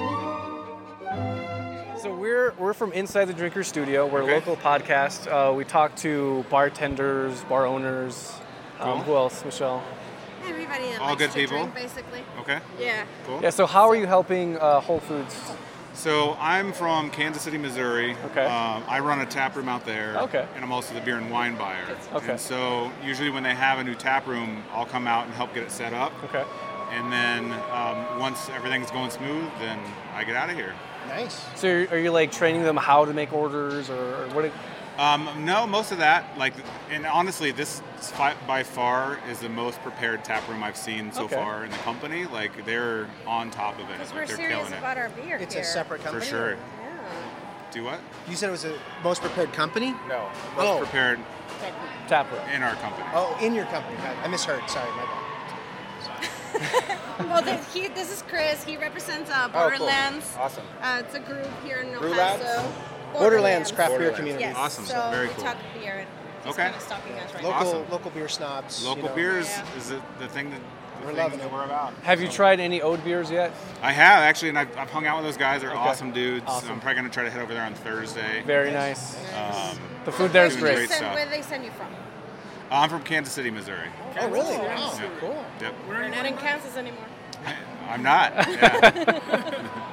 [SPEAKER 1] So we're we're from Inside the Drinker Studio. We're a local podcast. Uh, we talk to bartenders, bar owners. Um, who else, Michelle?
[SPEAKER 2] Everybody that
[SPEAKER 1] All
[SPEAKER 2] likes
[SPEAKER 1] good
[SPEAKER 2] to
[SPEAKER 1] people?
[SPEAKER 2] drink, basically.
[SPEAKER 14] Okay.
[SPEAKER 2] Yeah.
[SPEAKER 14] Cool.
[SPEAKER 1] Yeah. So how are you helping uh, Whole Foods?
[SPEAKER 14] So I'm from Kansas City, Missouri. Okay. Um, I run a tap room out there.
[SPEAKER 1] Okay.
[SPEAKER 14] And I'm also the beer and wine buyer.
[SPEAKER 1] Okay.
[SPEAKER 14] And so usually when they have a new tap room, I'll come out and help get it set up.
[SPEAKER 1] Okay.
[SPEAKER 14] And then um, once everything's going smooth, then I get out of here.
[SPEAKER 1] Nice. So are you, are you like training them how to make orders or, or what? It,
[SPEAKER 14] Um, no, most of that, like, and honestly, this fi- by far is the most prepared tap room I've seen so
[SPEAKER 10] Okay.
[SPEAKER 14] far in the company. Like, they're on top of it. Like,
[SPEAKER 10] we're
[SPEAKER 14] they're
[SPEAKER 10] serious
[SPEAKER 14] killing it.
[SPEAKER 10] about our beer
[SPEAKER 14] It's
[SPEAKER 10] It's a here. separate
[SPEAKER 14] For
[SPEAKER 10] company?
[SPEAKER 14] sure. Do what?
[SPEAKER 10] You said it was the most prepared company?
[SPEAKER 14] No. Most
[SPEAKER 10] Oh.
[SPEAKER 14] prepared
[SPEAKER 1] tap room
[SPEAKER 14] in our company.
[SPEAKER 10] Oh, in your company. I I misheard. Sorry, my bad.
[SPEAKER 14] Oh,
[SPEAKER 2] well, the, he, this is Chris. He represents
[SPEAKER 14] Oh,
[SPEAKER 2] uh, Borderlands.
[SPEAKER 10] Awesome.
[SPEAKER 2] Uh, it's a group here in El
[SPEAKER 10] Brew
[SPEAKER 2] Paso.
[SPEAKER 10] Labs? Borderlands craft beer community.
[SPEAKER 2] Yes.
[SPEAKER 10] Awesome.
[SPEAKER 2] So
[SPEAKER 10] Very
[SPEAKER 2] we
[SPEAKER 10] cool.
[SPEAKER 2] talk beer and he's
[SPEAKER 14] Okay.
[SPEAKER 2] kind of stopping us right
[SPEAKER 10] Local,
[SPEAKER 2] now.
[SPEAKER 10] local beer snobs. you
[SPEAKER 14] Local
[SPEAKER 10] know.
[SPEAKER 14] beers is the, the thing that the
[SPEAKER 10] We're
[SPEAKER 14] things
[SPEAKER 10] loving
[SPEAKER 14] that
[SPEAKER 10] it.
[SPEAKER 14] we're about.
[SPEAKER 1] have you tried any Ode beers yet?
[SPEAKER 14] I have actually, and I've, I've hung out with those guys. They're
[SPEAKER 1] Okay.
[SPEAKER 14] awesome dudes.
[SPEAKER 1] Awesome.
[SPEAKER 14] I'm probably gonna try to head over there on Thursday.
[SPEAKER 1] Very nice.
[SPEAKER 14] Um,
[SPEAKER 1] The food there is
[SPEAKER 14] doing
[SPEAKER 1] great.
[SPEAKER 2] They send,
[SPEAKER 14] stuff.
[SPEAKER 2] where they send you from?
[SPEAKER 10] Oh,
[SPEAKER 14] I'm from Kansas City, Missouri.
[SPEAKER 2] Oh, really?
[SPEAKER 14] Yeah.
[SPEAKER 2] Wow.
[SPEAKER 10] Cool.
[SPEAKER 14] Yep.
[SPEAKER 2] We're not in Kansas anymore.
[SPEAKER 14] I'm not. Yeah.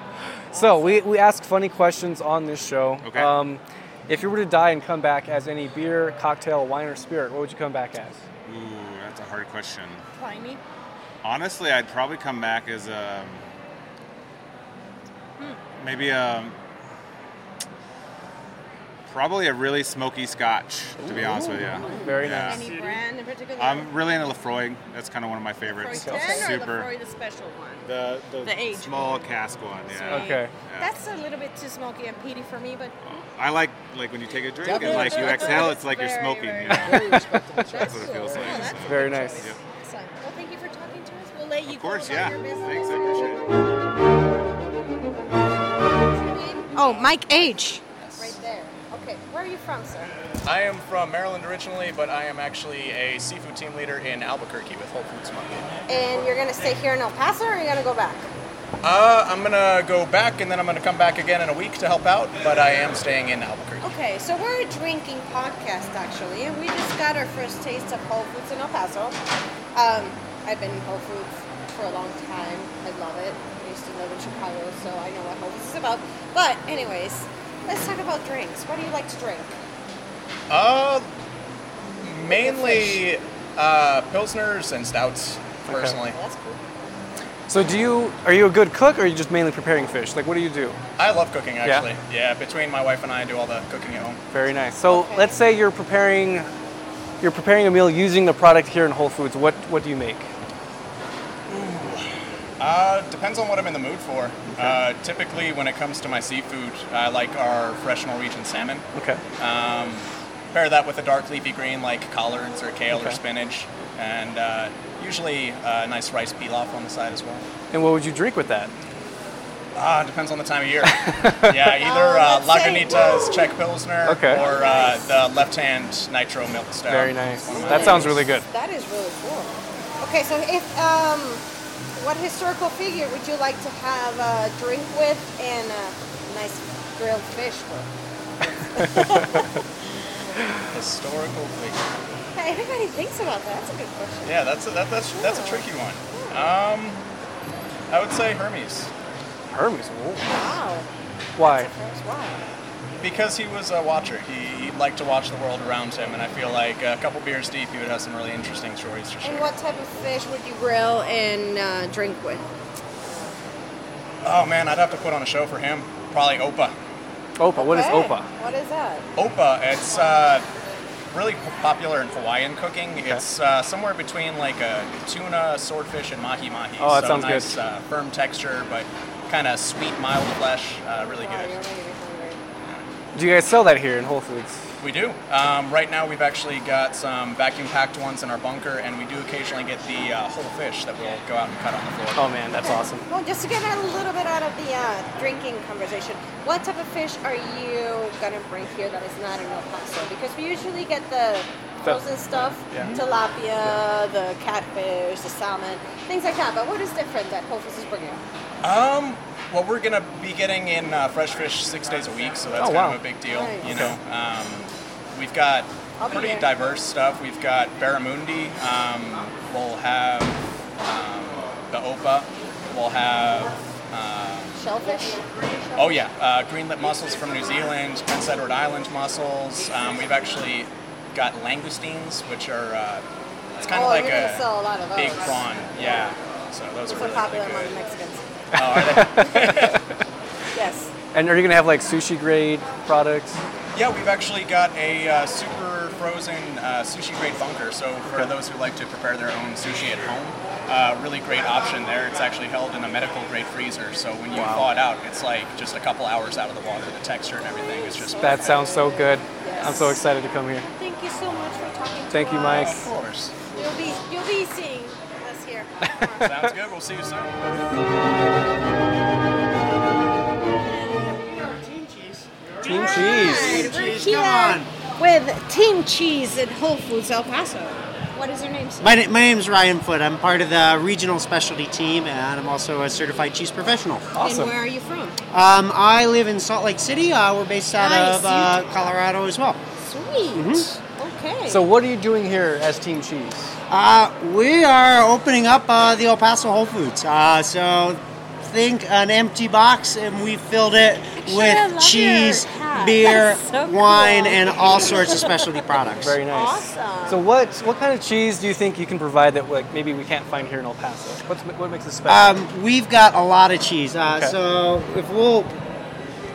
[SPEAKER 1] So we, we ask funny questions on this show. Okay. Um, if you were to die and come back as any beer, cocktail, wine, or spirit, what would you come back as?
[SPEAKER 14] Ooh, that's a hard question.
[SPEAKER 2] Pliny.
[SPEAKER 14] Honestly, I'd probably come back as a maybe a probably a really smoky Scotch. To be honest with you,
[SPEAKER 1] very
[SPEAKER 14] Yeah.
[SPEAKER 2] Any brand in particular?
[SPEAKER 14] I'm really into Lafroy. That's kind of one of my favorites.
[SPEAKER 2] Lafroy 10 or
[SPEAKER 14] Super.
[SPEAKER 2] Lafroy the special one?
[SPEAKER 14] The, the,
[SPEAKER 2] The aged
[SPEAKER 14] small cask one. Yeah.
[SPEAKER 2] Sweet.
[SPEAKER 14] Yeah.
[SPEAKER 2] That's a little bit too smoky and peaty for me, but
[SPEAKER 14] I like like when you take a drink
[SPEAKER 2] Definitely
[SPEAKER 14] and like you
[SPEAKER 2] respectable.
[SPEAKER 14] exhale, it's like you're
[SPEAKER 2] Very,
[SPEAKER 14] smoking.
[SPEAKER 2] very
[SPEAKER 14] you know?
[SPEAKER 2] respectable.
[SPEAKER 14] that's what it feels like. so.
[SPEAKER 1] Very nice.
[SPEAKER 2] excellent. Well, thank you for talking to us. We'll let you
[SPEAKER 14] Of course,
[SPEAKER 2] go about
[SPEAKER 14] yeah.
[SPEAKER 2] your business.
[SPEAKER 14] Thanks, I appreciate it.
[SPEAKER 2] Oh, Mike H. Right there. Okay, where are you from, sir?
[SPEAKER 15] I am from Maryland originally, but I am actually a seafood team leader in Albuquerque with Whole Foods Market.
[SPEAKER 2] And you're gonna stay here in El Paso, or are you gonna go back?
[SPEAKER 15] Uh, I'm gonna go back, and then I'm gonna come back again in a week to help out. But I am staying in Albuquerque.
[SPEAKER 2] Okay, so we're a drinking podcast actually, and we just got our first taste of Whole Foods in El Paso. Um, I've been in Whole Foods for a long time. I love it. I used to live in Chicago, so I know what Whole Foods is about. But anyways, let's talk about drinks. What do you like to drink?
[SPEAKER 15] Uh, mainly Uh, pilsners and stouts, personally.
[SPEAKER 12] That's cool.
[SPEAKER 1] So do you are you a good cook or are you just mainly preparing fish? Like what do you do?
[SPEAKER 15] I love cooking,
[SPEAKER 1] Yeah?
[SPEAKER 15] actually. Yeah? between my wife and I, I do all the cooking at home.
[SPEAKER 1] Very nice. So let's say you're preparing you're preparing a meal using the product here in Whole Foods. What what do you make?
[SPEAKER 15] Uh, depends on what I'm in the mood for. Uh, typically, when it comes to my seafood, I like our fresh Norwegian salmon.
[SPEAKER 1] Okay.
[SPEAKER 15] Um, pair that with a dark leafy green like collards or kale or
[SPEAKER 1] Okay.
[SPEAKER 15] spinach, and uh, usually a nice rice pilaf on the side as well.
[SPEAKER 1] And what would you drink with that?
[SPEAKER 15] Ah, depends on the time of year. yeah, either uh, Lagunitas Czech Pilsner
[SPEAKER 1] Okay.
[SPEAKER 15] or uh, the left hand nitro milk stout.
[SPEAKER 1] Very nice.
[SPEAKER 15] One of my
[SPEAKER 1] That sounds really
[SPEAKER 15] favorites.
[SPEAKER 1] good.
[SPEAKER 12] That is really cool. Okay, so if um, what historical figure would you like to have a drink with and a nice grilled fish with?
[SPEAKER 15] Historical figure.
[SPEAKER 12] Everybody thinks about that. That's a good question.
[SPEAKER 15] Yeah, that's a, that, that's that's a tricky one. Um, I would say Hermes.
[SPEAKER 1] Hermes.
[SPEAKER 12] Wow.
[SPEAKER 1] Why?
[SPEAKER 15] Because he was a watcher. He, he liked to watch the world around him, and I feel like a couple beers deep, he would have some really interesting stories to share.
[SPEAKER 12] And what type of fish would you grill and uh, drink with?
[SPEAKER 15] Oh man, I'd have to put on a show for him. Probably Opa.
[SPEAKER 1] Opa. What is
[SPEAKER 12] Okay,
[SPEAKER 1] opa?
[SPEAKER 12] What is that?
[SPEAKER 15] Opa. It's uh, really p- popular in Hawaiian cooking. It's uh, somewhere between like a tuna, swordfish, and mahi mahi.
[SPEAKER 1] Oh, that
[SPEAKER 15] so
[SPEAKER 1] sounds good.
[SPEAKER 15] nice, Uh, firm texture, but kind of sweet, mild flesh. Uh, really good.
[SPEAKER 1] Do you guys sell that here in Whole Foods?
[SPEAKER 15] We do. Um, right now, we've actually got some vacuum packed ones in our bunker, and we do occasionally get the uh, whole fish that we'll go out and cut on the floor.
[SPEAKER 1] Oh man, that's awesome.
[SPEAKER 12] Well, just to get a little bit out of the uh, drinking conversation, what type of fish are you gonna bring here that is not in El Paso? Because we usually get the
[SPEAKER 1] The-
[SPEAKER 12] frozen stuff,
[SPEAKER 1] Yeah.
[SPEAKER 12] tilapia, the catfish, the salmon, things like that. But what is different that Whole Foods is bringing?
[SPEAKER 15] Um, well, we're gonna be getting in uh, fresh fish six days a week, so that's
[SPEAKER 1] Oh,
[SPEAKER 15] kind
[SPEAKER 1] wow.
[SPEAKER 15] of a big deal.
[SPEAKER 1] Nice.
[SPEAKER 15] You know, um, we've got
[SPEAKER 12] I'll be
[SPEAKER 15] pretty
[SPEAKER 12] there.
[SPEAKER 15] diverse stuff. We've got barramundi. Um, we'll have um, the opa. We'll have. Um,
[SPEAKER 12] Shellfish.
[SPEAKER 15] Oh yeah, uh, greenlit mussels from New Zealand, Prince Edward Island mussels. Um, we've actually got langoustines, which are uh, it's kind of
[SPEAKER 12] Oh,
[SPEAKER 15] like
[SPEAKER 12] you're gonna
[SPEAKER 15] a,
[SPEAKER 12] sell a lot of
[SPEAKER 15] big
[SPEAKER 12] those.
[SPEAKER 15] prawn. Yeah, so those
[SPEAKER 12] Those
[SPEAKER 15] are
[SPEAKER 12] are
[SPEAKER 15] really,
[SPEAKER 12] popular
[SPEAKER 15] really
[SPEAKER 12] among
[SPEAKER 15] good.
[SPEAKER 12] Mexicans.
[SPEAKER 15] Oh, are they?
[SPEAKER 12] Yes.
[SPEAKER 1] And are you gonna have like sushi grade products?
[SPEAKER 15] yeah, we've actually got a uh, super frozen uh, sushi grade bunker. So for those who like to prepare their own sushi at home. Uh, really great option there. It's actually held in a medical grade freezer, so when you
[SPEAKER 1] Wow.
[SPEAKER 15] thaw it out, it's like just a couple hours out of the water. The texture and everything is just
[SPEAKER 1] That
[SPEAKER 15] perfect.
[SPEAKER 1] sounds so good. I'm so excited to come here.
[SPEAKER 12] Thank you so much for talking. to
[SPEAKER 1] Thank you,
[SPEAKER 12] us.
[SPEAKER 1] Mike.
[SPEAKER 15] course.
[SPEAKER 12] You'll be you'll be seeing us here.
[SPEAKER 15] Sounds good. We'll see you soon.
[SPEAKER 1] Team
[SPEAKER 12] Alright,
[SPEAKER 1] Cheese.
[SPEAKER 12] we're
[SPEAKER 1] Cheese, come
[SPEAKER 12] here With Team Cheese at Whole Foods El Paso. What is your name? sir?
[SPEAKER 16] My, na- my name is Ryan Foot. I'm part of the regional specialty team, and I'm also a certified cheese professional.
[SPEAKER 12] And where are you from?
[SPEAKER 16] Um, I live in Salt Lake City. Uh, we're based out
[SPEAKER 12] Nice,
[SPEAKER 16] of
[SPEAKER 12] you
[SPEAKER 16] uh,
[SPEAKER 12] do.
[SPEAKER 16] Colorado as well. Mm-hmm.
[SPEAKER 12] Sweet. Okay.
[SPEAKER 1] So what are you doing here as Team Cheese?
[SPEAKER 16] Uh, we are opening up uh, the El Paso Whole Foods. Uh, so think an empty box, and we filled it
[SPEAKER 12] I love
[SPEAKER 16] with cheese,
[SPEAKER 12] your hat.
[SPEAKER 16] beer,
[SPEAKER 12] That's so
[SPEAKER 16] wine,
[SPEAKER 12] cool.
[SPEAKER 16] and all sorts of specialty products.
[SPEAKER 1] Very nice.
[SPEAKER 12] Awesome.
[SPEAKER 1] So what what kind of cheese do you think you can provide that like maybe we can't find here in El Paso? What's what makes it special?
[SPEAKER 16] Um, we've got a lot of cheese. Uh,
[SPEAKER 1] Okay.
[SPEAKER 16] So if we'll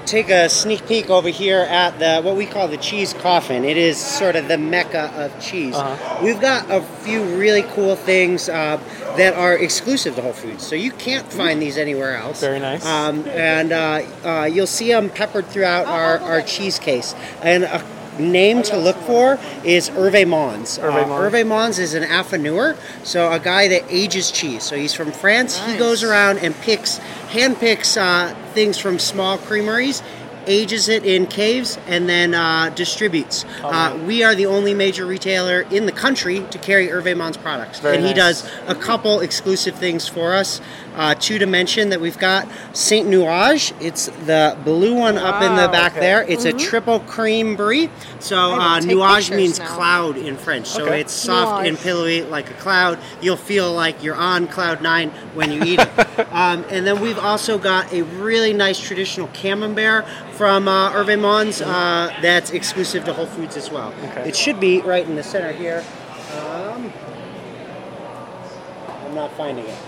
[SPEAKER 16] take a sneak peek over here at the what we call the cheese coffin, it is sort of the mecca of cheese.
[SPEAKER 1] Uh-huh.
[SPEAKER 16] We've got a few really cool things uh, that are exclusive to Whole Foods, so you can't find these anywhere else.
[SPEAKER 1] Mm-hmm. Very nice.
[SPEAKER 16] Um, and uh, uh, you'll see them peppered throughout our, our cheese case. And a name to look for is Hervé Mons.
[SPEAKER 1] Hervé
[SPEAKER 16] Uh,
[SPEAKER 1] Mons.
[SPEAKER 16] Hervé Mons is an affineur, so a guy that ages cheese. So he's from France. He goes around and picks, hand picks uh, things from small creameries. Ages it in caves and then uh, distributes.
[SPEAKER 1] Oh,
[SPEAKER 16] Uh, we are the only major retailer in the country to carry Hervé Mons products,
[SPEAKER 1] Very
[SPEAKER 16] and he
[SPEAKER 1] nice.
[SPEAKER 16] does a couple exclusive things for us. Uh, two to mention that we've got Saint Nuage. It's the blue one up in the
[SPEAKER 1] Ah,
[SPEAKER 16] back
[SPEAKER 1] okay.
[SPEAKER 16] there. It's
[SPEAKER 1] Mhm.
[SPEAKER 16] a triple cream brie. So
[SPEAKER 1] will
[SPEAKER 16] uh,
[SPEAKER 1] take
[SPEAKER 16] Nuage
[SPEAKER 1] pictures
[SPEAKER 16] means
[SPEAKER 1] now.
[SPEAKER 16] cloud in French. So
[SPEAKER 1] Okay.
[SPEAKER 16] it's soft and
[SPEAKER 1] Nuage.
[SPEAKER 16] pillowy like a cloud. You'll feel like you're on cloud nine when you eat it. um, and then we've also got a really nice traditional camembert from uh, Hervé Mons uh, that's exclusive to Whole Foods as well. It should be right in the center here. Um, not finding it.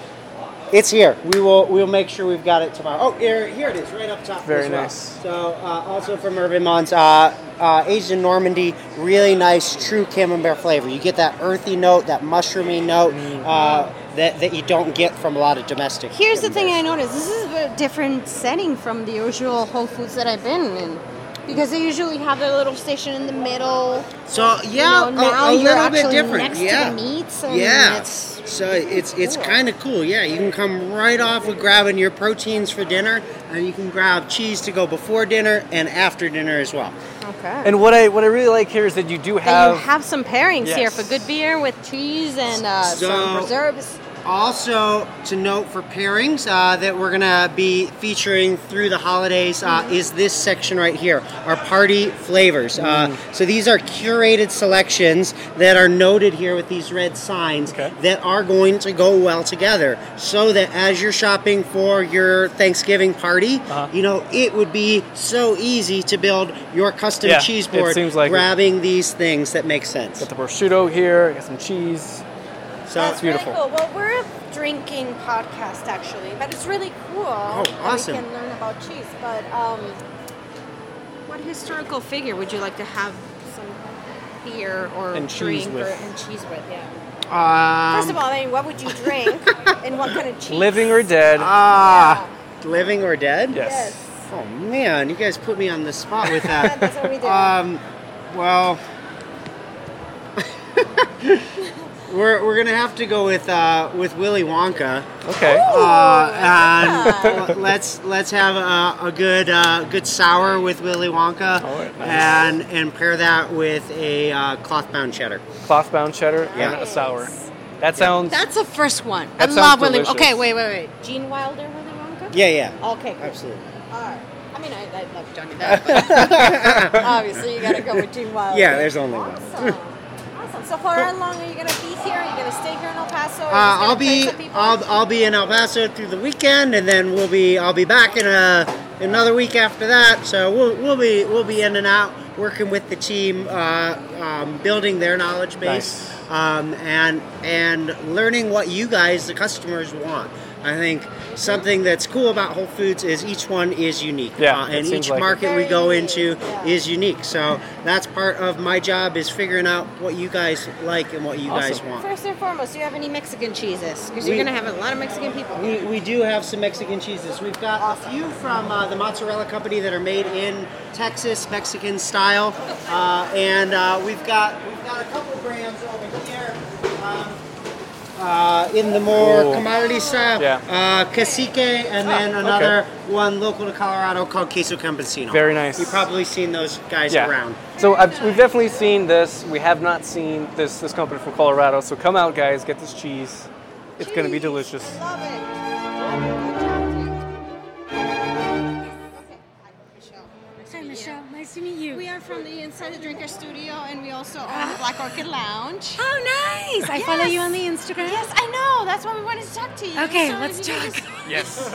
[SPEAKER 16] It's here. We will we will make sure we've got it tomorrow. Oh, here, here it is, right up top.
[SPEAKER 1] Very
[SPEAKER 16] as well.
[SPEAKER 1] nice.
[SPEAKER 16] So uh, also from Urban Mons, uh, uh, aged in Normandy, really nice, true camembert flavor. You get that earthy note, that mushroomy note uh, that that you don't get from a lot of domestic.
[SPEAKER 2] Here's the thing I noticed. This is a different setting from the usual Whole Foods that I've been in. Because they usually have their little station in the middle.
[SPEAKER 16] So yeah,
[SPEAKER 2] you know, now
[SPEAKER 16] a, a
[SPEAKER 2] you're
[SPEAKER 16] little bit
[SPEAKER 2] actually
[SPEAKER 16] different.
[SPEAKER 2] Next
[SPEAKER 16] yeah,
[SPEAKER 2] to the meats and
[SPEAKER 16] yeah.
[SPEAKER 2] It's,
[SPEAKER 16] so it's it's kind of cool. Yeah, you can come right off with grabbing your proteins for dinner, and you can grab cheese to go before dinner and after dinner as well.
[SPEAKER 2] okay.
[SPEAKER 1] And what I what I really like here is that you do
[SPEAKER 2] And
[SPEAKER 1] have.
[SPEAKER 2] you have some pairings here
[SPEAKER 1] Yes.
[SPEAKER 2] for good beer with cheese and uh, some
[SPEAKER 16] So-
[SPEAKER 2] preserves.
[SPEAKER 16] Also, to note for pairings uh, that we're going to be featuring through the holidays uh, is this section right here our party flavors.
[SPEAKER 1] Mm.
[SPEAKER 16] Uh, so, these are curated selections that are noted here with these red signs that are going to go well together so that as you're shopping for your Thanksgiving party,
[SPEAKER 1] Uh-huh.
[SPEAKER 16] you know, it would be so easy to build your custom
[SPEAKER 1] Yeah,
[SPEAKER 16] cheese
[SPEAKER 1] it
[SPEAKER 16] board
[SPEAKER 1] seems like it.
[SPEAKER 16] grabbing these things that make sense. Got
[SPEAKER 1] the prosciutto here, got some cheese.
[SPEAKER 16] So,
[SPEAKER 1] it's beautiful.
[SPEAKER 10] Cool. Well, we're a drinking podcast actually, but it's really cool. Oh,
[SPEAKER 16] awesome.
[SPEAKER 10] We can learn about cheese, but um,
[SPEAKER 2] What historical figure would you like to have some beer or
[SPEAKER 10] And cheese
[SPEAKER 2] drink or,
[SPEAKER 10] with.
[SPEAKER 2] and cheese with? Yeah.
[SPEAKER 10] first
[SPEAKER 16] Um,
[SPEAKER 10] of all, I mean, what would you drink, and what kind of cheese?
[SPEAKER 1] Um, Living or dead?
[SPEAKER 16] Ah, living or dead?
[SPEAKER 1] Yes.
[SPEAKER 16] Oh man, you guys put me on the spot with that.
[SPEAKER 10] That's what we do.
[SPEAKER 16] um, well, we're, we're gonna have to go with uh, with Willy Wonka.
[SPEAKER 1] Okay.
[SPEAKER 16] Uh, and l- let's let's have a, a good uh, good sour with Willy Wonka, and and pair that with a uh, cloth bound cheddar.
[SPEAKER 1] Cloth bound cheddar and
[SPEAKER 16] Yeah.
[SPEAKER 1] a sour. That sounds.
[SPEAKER 2] That's the first one.
[SPEAKER 1] That
[SPEAKER 2] I
[SPEAKER 1] sounds
[SPEAKER 2] love Willy.
[SPEAKER 1] delicious.
[SPEAKER 2] Okay, wait, wait, wait. Gene Wilder, Willy Wonka.
[SPEAKER 1] Yeah, yeah.
[SPEAKER 2] Okay, cool.
[SPEAKER 16] Absolutely.
[SPEAKER 2] All right. I mean, I, I love Johnny Depp. but Obviously, you gotta go with Gene Wilder.
[SPEAKER 16] Yeah, there's only one.
[SPEAKER 10] Awesome. So how long are you gonna be here? Are you gonna stay here in El Paso?
[SPEAKER 16] Uh, I'll be I'll, I'll be in El Paso through the weekend, and then we'll be I'll be back in a, another week after that. So we'll, we'll be we'll be in and out working with the team, uh, um, building their knowledge base, um, and and learning what you guys, the customers, want. I think something that's cool about Whole Foods is each one is unique,
[SPEAKER 1] Yeah,
[SPEAKER 16] uh,
[SPEAKER 1] it
[SPEAKER 16] and
[SPEAKER 1] seems
[SPEAKER 16] each
[SPEAKER 1] like it.
[SPEAKER 16] market we
[SPEAKER 1] Very
[SPEAKER 16] go into is unique. So that's part of my job is figuring out what you guys like and what you guys want.
[SPEAKER 2] First and foremost, do you have any Mexican cheeses? Because
[SPEAKER 16] We-
[SPEAKER 2] you're gonna have a lot of Mexican people.
[SPEAKER 16] We, we do have some Mexican cheeses. We've got a few from uh, the mozzarella company that are made in Texas, Mexican style, uh, and uh, we've got we've got a couple brands over here. Um, uh, in the more
[SPEAKER 9] Ooh.
[SPEAKER 16] commodity style,
[SPEAKER 9] Yeah.
[SPEAKER 16] uh, Cacique, and then
[SPEAKER 9] okay.
[SPEAKER 16] another one local to Colorado called Queso Campesino.
[SPEAKER 1] Very nice.
[SPEAKER 16] You've probably seen those guys
[SPEAKER 1] Yeah.
[SPEAKER 16] around.
[SPEAKER 1] So I've, we've definitely seen this. We have not seen this this company from Colorado. So come out, guys, get this cheese. It's gonna be delicious.
[SPEAKER 2] Hi, Michelle. Nice to meet you. We are from the Inside the Drinker studio, and we also own the Black Orchid Lounge. How
[SPEAKER 17] Oh, nice! I follow you on the Instagram.
[SPEAKER 2] Yes, I know. That's why we wanted to talk to you.
[SPEAKER 17] Okay,
[SPEAKER 2] So
[SPEAKER 17] let's
[SPEAKER 2] if you could
[SPEAKER 17] talk.
[SPEAKER 2] just-
[SPEAKER 1] Yes.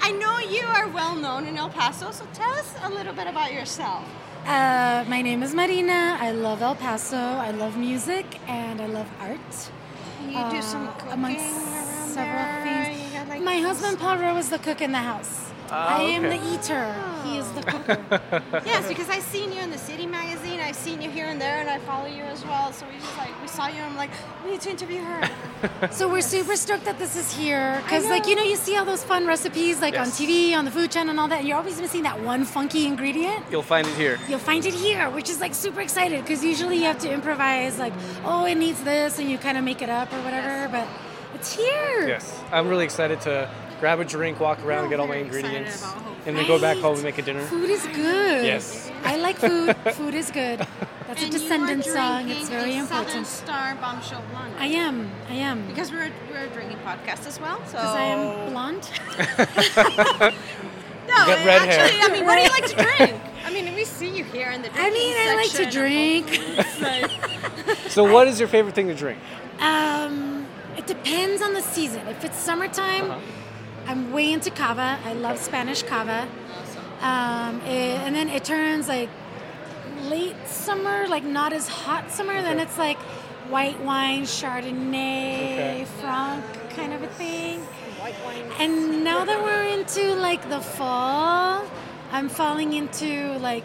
[SPEAKER 2] I know you are well known in El Paso, so tell us a little bit about yourself.
[SPEAKER 17] Uh, my name is Marina. I love El Paso. I love music and I love art. Uh,
[SPEAKER 2] You do some cooking
[SPEAKER 17] amongst
[SPEAKER 2] around
[SPEAKER 17] several
[SPEAKER 2] there.
[SPEAKER 17] things.
[SPEAKER 2] You got, like,
[SPEAKER 17] my husband Paul Rowe is the cook in the house.
[SPEAKER 2] Ah,
[SPEAKER 17] I am
[SPEAKER 2] okay.
[SPEAKER 17] the eater. He is the cook.
[SPEAKER 2] yes, because I've seen you in the City magazine. I've seen you here and there, and I follow you as well. So we just like we saw you. and I'm like, we need to interview her.
[SPEAKER 17] so we're super stoked that this is here because,
[SPEAKER 2] I
[SPEAKER 17] like,
[SPEAKER 2] know.
[SPEAKER 17] you know, you see all those fun recipes like
[SPEAKER 1] Yes.
[SPEAKER 17] on TV, on the food channel, and all that, and you're always missing that one funky ingredient.
[SPEAKER 1] You'll find it here.
[SPEAKER 17] You'll find it here, which is like super excited because usually you have to improvise, like, oh, it needs this, and you kind of make it up or whatever, but it's here.
[SPEAKER 1] Yes. I'm really excited to grab a drink, walk around, get all my ingredients, and then go back home and make a dinner.
[SPEAKER 17] Food is good.
[SPEAKER 1] Yes.
[SPEAKER 17] I like food. food is good. That's a
[SPEAKER 2] And you are
[SPEAKER 17] descendant song. It's
[SPEAKER 2] drinking
[SPEAKER 17] very
[SPEAKER 2] a Southern
[SPEAKER 17] important.
[SPEAKER 2] Star Bombshell Blonde.
[SPEAKER 17] I am. I am.
[SPEAKER 2] Because we're, we're a drinking podcast as well, so.
[SPEAKER 17] Because I am blonde.
[SPEAKER 2] No,
[SPEAKER 17] You got
[SPEAKER 2] I-
[SPEAKER 17] red hair.
[SPEAKER 2] actually, I mean, what do you like to
[SPEAKER 17] Right.
[SPEAKER 2] drink? I mean, we see you here in the drinking
[SPEAKER 17] I mean, I like to
[SPEAKER 2] section.
[SPEAKER 17] drink.
[SPEAKER 1] So what is your favorite thing to drink?
[SPEAKER 17] Um, it depends on the season. If it's summertime,
[SPEAKER 1] Uh-huh.
[SPEAKER 17] I'm way into cava. I love Spanish cava. Um, it- and then it turns like late summer, like not as hot summer. Then it's like white wine, Chardonnay, Franc. kind of a thing. And now that we're into like the fall, I'm falling into like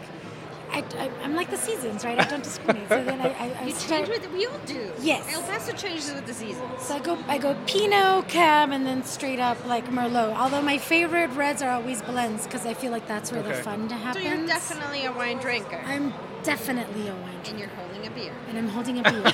[SPEAKER 17] I, am like the seasons, right? I don't discriminate. So then I, I, I
[SPEAKER 2] You
[SPEAKER 17] start-
[SPEAKER 2] change with we all do.
[SPEAKER 17] Yes.
[SPEAKER 2] El Paso changes with the seasons.
[SPEAKER 17] So I go, I go Pinot, Cab, and then straight up like Merlot. Although my favorite reds are always blends because I feel like that's where the
[SPEAKER 2] Okay.
[SPEAKER 17] fun happens.
[SPEAKER 2] So you're definitely a wine drinker.
[SPEAKER 17] I'm definitely a wine
[SPEAKER 2] drinker. And you're holding a beer.
[SPEAKER 17] and I'm holding a beer.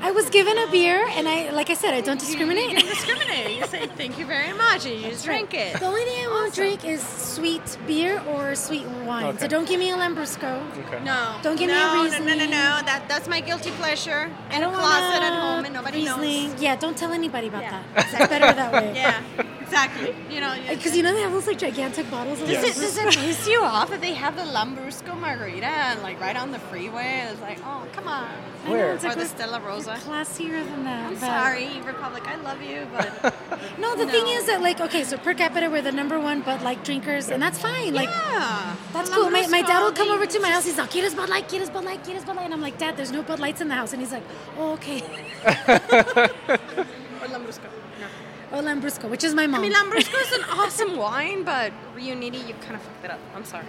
[SPEAKER 17] I was given a beer, and I, like I said, I don't discriminate.
[SPEAKER 2] You discriminate. You say thank you very much, and you just drink it.
[SPEAKER 17] The only thing I won't drink is sweet beer or sweet wine. So
[SPEAKER 2] Okay.
[SPEAKER 17] don't give me a Lambrusco.
[SPEAKER 2] Okay. No.
[SPEAKER 17] Don't give
[SPEAKER 2] No,
[SPEAKER 17] me
[SPEAKER 2] no,
[SPEAKER 17] a
[SPEAKER 2] no,
[SPEAKER 17] reason.
[SPEAKER 2] no, no. That that's my guilty pleasure.
[SPEAKER 17] I
[SPEAKER 2] In a
[SPEAKER 17] don't
[SPEAKER 2] closet
[SPEAKER 17] want
[SPEAKER 2] at home, and nobody
[SPEAKER 17] Riesling.
[SPEAKER 2] knows.
[SPEAKER 17] Yeah, don't tell anybody about that. It's like better that way.
[SPEAKER 2] Yeah, exactly. You know,
[SPEAKER 17] Because you know they have those like gigantic bottles. Of
[SPEAKER 2] Does it, does
[SPEAKER 17] Lambrusco.
[SPEAKER 2] it piss you off that they have the Lambrusco margarita and like right on the freeway? It's like, oh, come on.
[SPEAKER 17] I know, it's
[SPEAKER 2] Or
[SPEAKER 17] like
[SPEAKER 2] the
[SPEAKER 17] we're-
[SPEAKER 2] Stella Rosa.
[SPEAKER 17] Classier than that.
[SPEAKER 2] I'm
[SPEAKER 17] but-
[SPEAKER 2] sorry, Republic. I love you, but
[SPEAKER 17] No, the thing is that like okay, so per capita we're the number one Bud Light drinkers, and that's fine. Like,
[SPEAKER 2] Yeah.
[SPEAKER 17] that's
[SPEAKER 2] I
[SPEAKER 17] cool.
[SPEAKER 2] love
[SPEAKER 17] My, my dad will
[SPEAKER 2] Lambrusco.
[SPEAKER 17] come over to my house. He's like, "Get us Bud Light, get us Bud Light, get us Bud Light," and I'm like, "Dad, there's no Bud Lights in the house," and he's like, "Oh, okay."
[SPEAKER 2] or Lambrusco. No.
[SPEAKER 17] Or "Oh, Lambrusco, which is my
[SPEAKER 2] I
[SPEAKER 17] mom.
[SPEAKER 2] mean, Lambrusco is an awesome wine, but Riuniti, you kind of fucked it up. I'm sorry.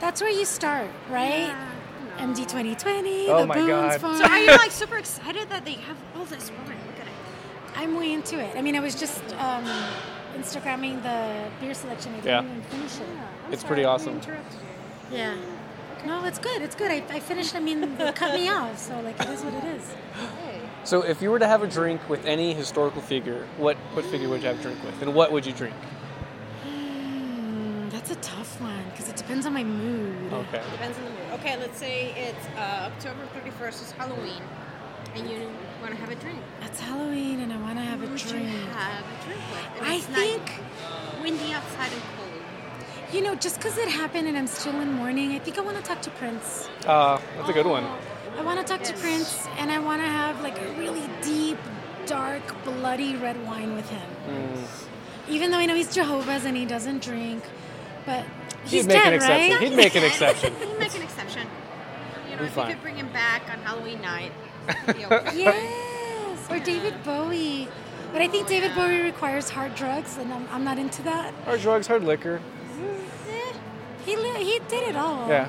[SPEAKER 17] That's where you start, right? MD 2020.
[SPEAKER 2] Oh
[SPEAKER 17] the
[SPEAKER 2] my
[SPEAKER 17] Boone's
[SPEAKER 2] God.
[SPEAKER 17] Farm.
[SPEAKER 2] So are you, like, super excited that they have all this wine? Look at it.
[SPEAKER 17] I'm way into it. I mean, I was just um, Instagramming the beer selection. I didn't
[SPEAKER 18] Yeah.
[SPEAKER 17] even finish it.
[SPEAKER 18] It's pretty awesome.
[SPEAKER 17] Yeah. No, it's good. It's good. I, I finished. I mean, they cut me off, so like it is what it is.
[SPEAKER 1] So if you were to have a drink with any historical figure, what, what figure would you have a drink with? And what would you drink?
[SPEAKER 17] Hmm, that's a tough one because it depends on my mood.
[SPEAKER 1] Okay.
[SPEAKER 12] Depends on the mood. Okay, let's say it's uh, October 31st is Halloween, and you want to have a drink.
[SPEAKER 17] It's Halloween, and I want to have a
[SPEAKER 12] Would you
[SPEAKER 17] drink.
[SPEAKER 12] have a drink with?
[SPEAKER 17] I
[SPEAKER 12] it's not
[SPEAKER 17] think-
[SPEAKER 12] windy outside and cold.
[SPEAKER 17] You know, just because it happened and I'm still in mourning, I think I want to talk to Prince.
[SPEAKER 1] Uh, that's a good one.
[SPEAKER 17] I want to talk to Prince, and I want to have like a really deep, dark, bloody red wine with him.
[SPEAKER 1] Mm.
[SPEAKER 17] Even though I know he's Jehovah's and he doesn't drink, but
[SPEAKER 1] He'd
[SPEAKER 17] he's
[SPEAKER 1] make an
[SPEAKER 17] dead,
[SPEAKER 1] exception.
[SPEAKER 17] right?
[SPEAKER 1] He'd make an exception.
[SPEAKER 12] We'll make an exception. You know,
[SPEAKER 1] Be
[SPEAKER 12] if
[SPEAKER 1] fine.
[SPEAKER 12] you could bring him back on Halloween night.
[SPEAKER 17] yes, or David Bowie. But I think David Bowie requires hard drugs, and I'm, I'm not into that.
[SPEAKER 1] Hard drugs, hard liquor.
[SPEAKER 17] Eh, He li- he did it all.
[SPEAKER 1] Yeah.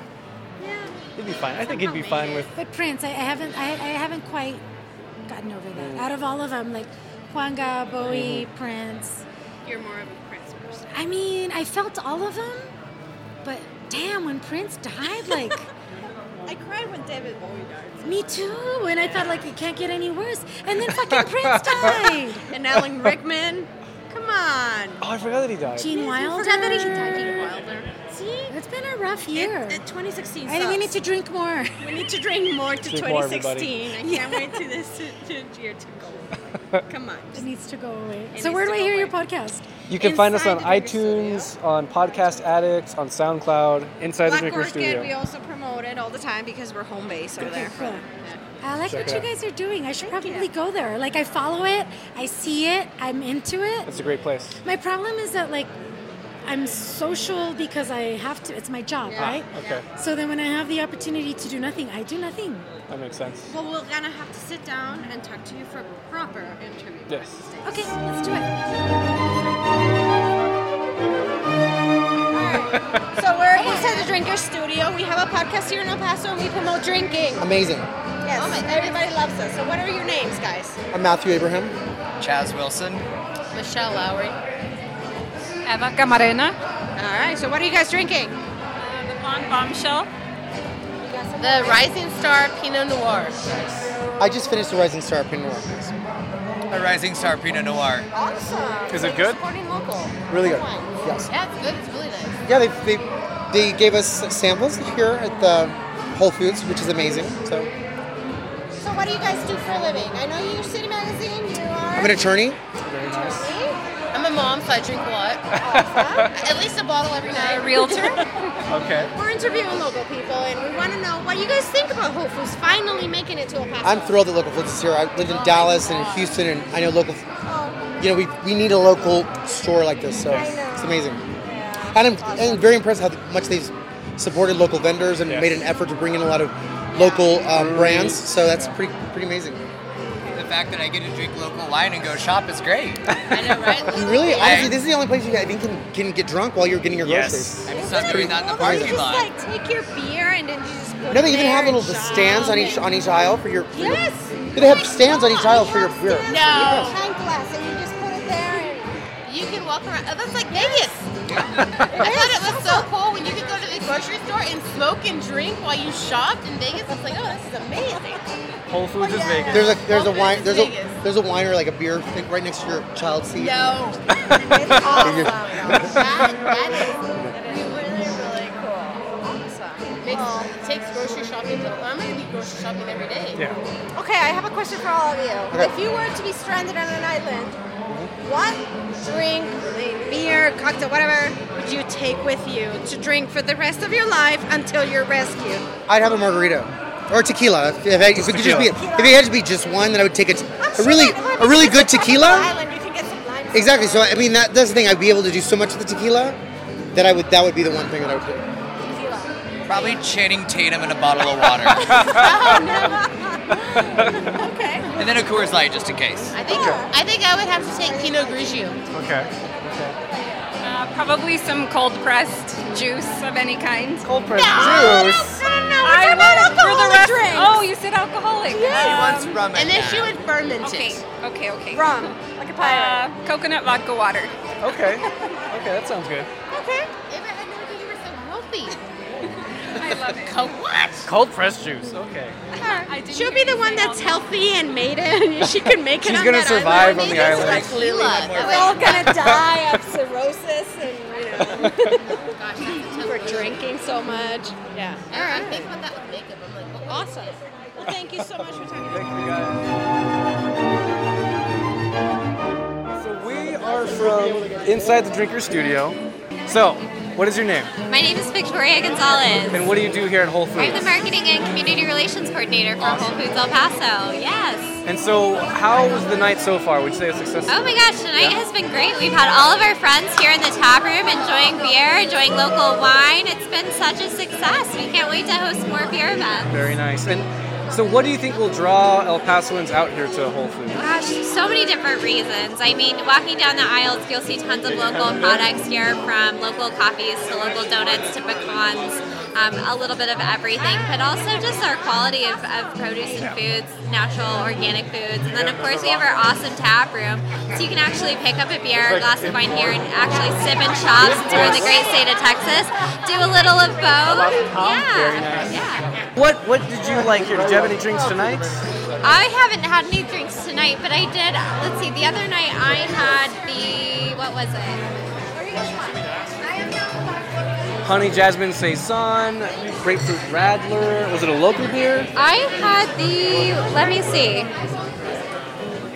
[SPEAKER 1] He'd be fine. I think he'd be fine with.
[SPEAKER 17] But Prince, I, I haven't I, I haven't quite gotten over that.
[SPEAKER 1] Mm. Mm-hmm.
[SPEAKER 17] Out of all of them, like Huanga, Bowie, Prince.
[SPEAKER 12] You're more of a Prince person.
[SPEAKER 17] I mean, I felt all of them, but damn, when Prince died, like.
[SPEAKER 12] I cried when David Bowie died.
[SPEAKER 17] Me too. And I thought like it can't get any worse. And then fucking Prince died.
[SPEAKER 12] And Alan Rickman. Come on.
[SPEAKER 1] Oh, I forgot that he died.
[SPEAKER 17] Gene Wilder.
[SPEAKER 12] forgot that he died, Gene Wilder.
[SPEAKER 17] See, it's been a rough year.
[SPEAKER 12] 2016.
[SPEAKER 17] I think we need to drink more.
[SPEAKER 12] We need to drink more to
[SPEAKER 17] Drink more,
[SPEAKER 12] 2016. I
[SPEAKER 17] everybody.
[SPEAKER 12] can't wait to this to, to year to go. Come on.
[SPEAKER 17] It needs to go away.
[SPEAKER 12] It
[SPEAKER 17] So
[SPEAKER 12] needs
[SPEAKER 17] where
[SPEAKER 12] to
[SPEAKER 17] do I
[SPEAKER 12] go
[SPEAKER 17] hear your podcast?
[SPEAKER 1] You can find us on
[SPEAKER 17] Inside the
[SPEAKER 1] iTunes, on Podcast Addict, on SoundCloud, Inside the
[SPEAKER 2] Black
[SPEAKER 1] Drinker
[SPEAKER 2] Orchid, we
[SPEAKER 1] Studio.
[SPEAKER 2] also promote it all the time because we're home base over there.
[SPEAKER 17] Cool. I like
[SPEAKER 1] Check
[SPEAKER 17] what you
[SPEAKER 1] it out.
[SPEAKER 17] guys are doing. I should probably go there. Like I follow it, I see it, I'm into it.
[SPEAKER 1] It's a great place.
[SPEAKER 17] My problem is that like I'm social because I have to. It's my job,
[SPEAKER 1] Ah,
[SPEAKER 17] right?
[SPEAKER 1] okay.
[SPEAKER 17] So then when I have the opportunity to do nothing, I do nothing.
[SPEAKER 1] That makes sense.
[SPEAKER 12] Well, we're gonna have to sit down and talk to you for a proper interview.
[SPEAKER 1] Yes.
[SPEAKER 17] Okay, let's do it.
[SPEAKER 2] So we're inside the Drinker Studio. We have a podcast here in El Paso, and we promote drinking.
[SPEAKER 16] Amazing.
[SPEAKER 12] Oh
[SPEAKER 2] Yes, everybody loves us. So what are your names, guys?
[SPEAKER 16] I'm Matthew Abraham.
[SPEAKER 9] Chaz Wilson.
[SPEAKER 2] Michelle Lowry.
[SPEAKER 19] Eva Camarena. Uh,
[SPEAKER 2] All right. So what are you guys drinking?
[SPEAKER 19] The Blonde Bombshell.
[SPEAKER 2] The Rising
[SPEAKER 19] Star Pinot Noir.
[SPEAKER 16] I just finished the Rising Star Pinot Noir.
[SPEAKER 9] A Rising Star Pinot Noir.
[SPEAKER 2] Awesome.
[SPEAKER 16] Is it good?
[SPEAKER 2] Supporting local.
[SPEAKER 16] Really good.
[SPEAKER 2] wines.
[SPEAKER 16] Yes.
[SPEAKER 2] Yeah, it's good. It's really nice.
[SPEAKER 16] Yeah, they, they they gave us samples here at the Whole Foods, which is amazing. So
[SPEAKER 2] So what do you guys do for a living? I know you're City Magazine. You are.
[SPEAKER 16] I'm an attorney.
[SPEAKER 1] Very nice.
[SPEAKER 19] I'm a mom, so I drink a lot.
[SPEAKER 2] At least a bottle every night.
[SPEAKER 19] A realtor.
[SPEAKER 1] Okay.
[SPEAKER 2] We're interviewing local people, and we want to know what you guys think about Whole Foods finally making it to El Paso.
[SPEAKER 16] I'm thrilled that local foods is here. I lived in Dallas and in Houston, and I know local. You know, we, we need a local store like this, so it's amazing. And I'm, and very impressed how much they've supported local vendors and uh, made an effort to bring in a lot of local um, brands. So that's pretty pretty amazing.
[SPEAKER 9] If
[SPEAKER 20] fact that I get to drink local wine and go shop is great.
[SPEAKER 21] You really,
[SPEAKER 20] I-
[SPEAKER 21] honestly, this is the only place you I think can, can get drunk while you're getting your groceries.
[SPEAKER 20] I'm just not doing that in the
[SPEAKER 21] Or you
[SPEAKER 20] parking
[SPEAKER 21] just,
[SPEAKER 20] lot.
[SPEAKER 12] Like take your beer and then you just go.
[SPEAKER 21] No, they even
[SPEAKER 12] there
[SPEAKER 21] have little
[SPEAKER 12] and
[SPEAKER 21] the
[SPEAKER 12] shop
[SPEAKER 21] stands on each
[SPEAKER 12] and-
[SPEAKER 21] on each aisle for your. For your-
[SPEAKER 12] Yes.
[SPEAKER 21] they have stands on each aisle for your beer.
[SPEAKER 12] No. Wine glass and you just put it there. And
[SPEAKER 19] You can walk around. Oh, that's like Vegas. I thought it was so cool when you could go to the grocery store and smoke and drink while you shopped in Vegas. It's like, oh, this is amazing.
[SPEAKER 21] Whole Foods
[SPEAKER 19] is Vegas.
[SPEAKER 21] There's a there's
[SPEAKER 19] Whole
[SPEAKER 21] a
[SPEAKER 19] Foods
[SPEAKER 21] wine
[SPEAKER 19] is
[SPEAKER 21] there's a
[SPEAKER 19] Vegas.
[SPEAKER 21] there's a wine or like a beer thing right next to your child seat.
[SPEAKER 19] No. It makes, it takes grocery shopping. To, I'm going to be grocery shopping every day.
[SPEAKER 21] Yeah.
[SPEAKER 12] Okay, I have a question for all of you.
[SPEAKER 21] Okay.
[SPEAKER 12] If you were to be stranded on an island, what drink, beer, cocktail, whatever, would you take with you to drink for the rest of your life until you're rescued?
[SPEAKER 21] I'd have a margarita or tequila. If, if I- if it could just be
[SPEAKER 12] tequila.
[SPEAKER 21] if it had to be just one, then I would take a, t- a really a really good tequila. Exactly. So I mean that that's the thing. I'd be able to do so much with the tequila that I would that would be the one thing that I would do.
[SPEAKER 20] Probably Channing Tatum in a bottle of water. Oh, okay. And then a Coors Light just in case.
[SPEAKER 19] I think I think I would have to take Pinot Grigio.
[SPEAKER 20] Okay.
[SPEAKER 22] Uh, probably some cold pressed juice of any kind. Cold
[SPEAKER 21] pressed
[SPEAKER 22] no,
[SPEAKER 21] juice?
[SPEAKER 22] No, no, no.
[SPEAKER 19] I
[SPEAKER 22] We're talking
[SPEAKER 19] want
[SPEAKER 22] about for the
[SPEAKER 19] alcoholic
[SPEAKER 22] rest.
[SPEAKER 19] drinks.
[SPEAKER 22] Oh, you said alcoholic.
[SPEAKER 19] Yes. She wants
[SPEAKER 22] Um,
[SPEAKER 19] rum in And then she there. would ferment it.
[SPEAKER 22] okay. Okay, okay.
[SPEAKER 12] Rum, like a pirate.
[SPEAKER 22] Uh, coconut vodka water.
[SPEAKER 1] Okay. Okay, that sounds good.
[SPEAKER 22] Okay. I love it.
[SPEAKER 18] Cold pressed juice. Okay.
[SPEAKER 12] She'll be the one that's healthy and made it. She can make it.
[SPEAKER 18] She's
[SPEAKER 12] on
[SPEAKER 18] gonna
[SPEAKER 12] that
[SPEAKER 18] survive
[SPEAKER 12] island.
[SPEAKER 18] on the Maybe it's island. like
[SPEAKER 12] We're
[SPEAKER 18] Lily
[SPEAKER 12] all gonna die of cirrhosis and you know. for drinking so much. Yeah.
[SPEAKER 19] All right. I think about that with makeup. I'm like, what would I
[SPEAKER 12] Awesome.
[SPEAKER 19] do?
[SPEAKER 12] Well, thank you so much for talking.
[SPEAKER 1] So we are from inside the Drinker Studio. So, what is your name?
[SPEAKER 23] My name is Victoria Gonzalez.
[SPEAKER 1] And what do you do here at Whole
[SPEAKER 23] I'm the
[SPEAKER 1] Foods?
[SPEAKER 23] marketing and community relations coordinator for Whole Foods El Paso. Yes.
[SPEAKER 1] And so, how was the night so far? Would you say it's successful?
[SPEAKER 23] Oh my gosh, tonight has been great. We've had all of our friends here in the tap room enjoying beer, enjoying local wine. It's been such a success. We can't wait to host more beer events.
[SPEAKER 1] Very nice. And so, what do you think will draw El Pasoans out here to Whole Foods?
[SPEAKER 23] Gosh, so many different reasons. I mean, walking down the aisles, you'll see tons of local products here from local coffees to local donuts to pecans, um, a little bit of everything, but also just our quality of, of produce and foods, natural, organic foods. And then, of course, we have our awesome tap room. So you can actually pick up a beer, a glass of wine here, and actually sip and shop since we're in the great state of Texas. Do a little of both. Yeah.
[SPEAKER 1] What What did you like here? Did you have any drinks tonight?
[SPEAKER 23] I haven't had any drinks tonight, but I did. Let's see. The other night I had the what was it?
[SPEAKER 1] Honey Jasmine Saison, Grapefruit Radler. Was it a local beer?
[SPEAKER 23] I had the. Let me see.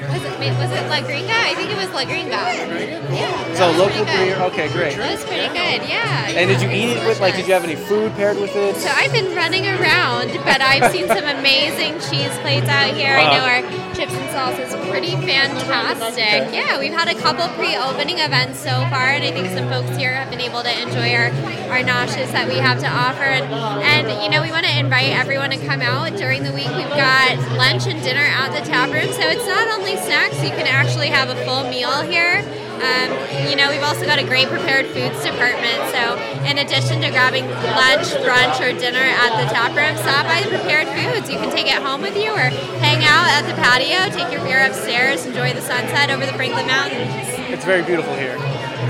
[SPEAKER 23] Was it was it La Gringa? I think it was La Gringa. Yeah.
[SPEAKER 1] So
[SPEAKER 23] that was
[SPEAKER 1] local
[SPEAKER 23] pretty
[SPEAKER 1] beer.
[SPEAKER 23] good.
[SPEAKER 1] Okay, great.
[SPEAKER 23] That was pretty good. Yeah.
[SPEAKER 1] And did you eat it with like? Did you have any food paired with it?
[SPEAKER 23] So I've been running around, but I've seen some amazing cheese plates out here. I
[SPEAKER 1] Wow.
[SPEAKER 23] know our chips and salsa is pretty fantastic.
[SPEAKER 1] Okay.
[SPEAKER 23] Yeah, we've had a couple pre-opening events so far, and I think some folks here have been able to enjoy our, our noshes that we have to offer. And, and you know, we want to invite everyone to come out during the week. We've got lunch and dinner at the tap room, so it's not only snacks. You can actually have a full meal here. Um, you know, we've also got a great prepared foods department. So, in addition to grabbing lunch, brunch, or dinner at the tap room, stop by the prepared foods. You can take it home with you or hang out at the patio, take your beer upstairs, enjoy the sunset over the Franklin Mountains.
[SPEAKER 1] It's very beautiful here.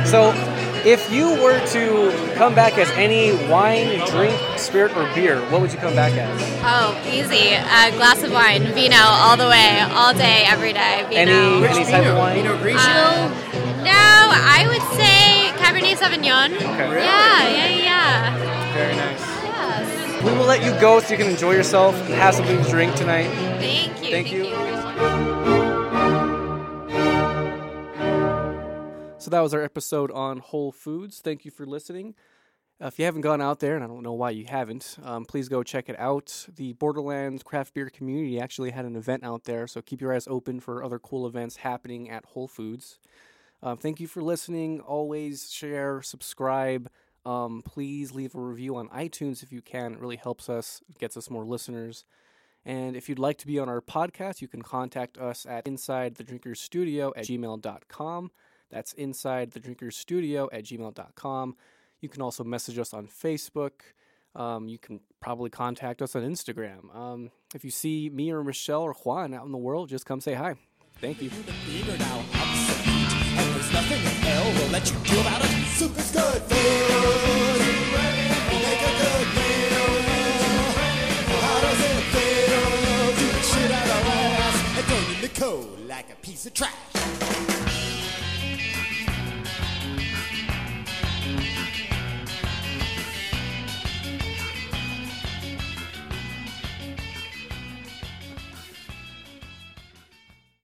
[SPEAKER 1] So, if you were to come back as any wine, drink, spirit, or beer, what would you come back as?
[SPEAKER 23] Oh, easy. A glass of wine, vino, all the way, all day, every day. Vino.
[SPEAKER 1] Any any type of wine?
[SPEAKER 23] Um, no, I would say Cabernet Sauvignon.
[SPEAKER 1] Okay.
[SPEAKER 23] Yeah, yeah, yeah.
[SPEAKER 1] Very nice.
[SPEAKER 23] Yes.
[SPEAKER 1] We will let you go so you can enjoy yourself and have something to drink tonight.
[SPEAKER 23] Thank you.
[SPEAKER 1] Thank you. So that was our episode on Whole Foods. Thank you for listening. Uh, If you haven't gone out there, and I don't know why you haven't, um, please go check it out. The Borderlands craft beer community actually had an event out there, so keep your eyes open for other cool events happening at Whole Foods. Um, thank you for listening. Always share, subscribe. Um, please leave a review on iTunes if you can. It really helps us, gets us more listeners. And if you'd like to be on our podcast, you can contact us at inside the drinkers studio at gmail.com. That's inside the drinkers studio at gmail.com. You can also message us on Facebook. Um, you can probably contact us on Instagram. Um, if you see me or Michelle or Juan out in the world, just come say hi. Thank you.
[SPEAKER 4] bigger now, obsolete. And there's nothing in hell will let you do about it. Soup is good food. We make a good meal. How does it feel? Do the shit out of ass and go in the cold like a piece of trash.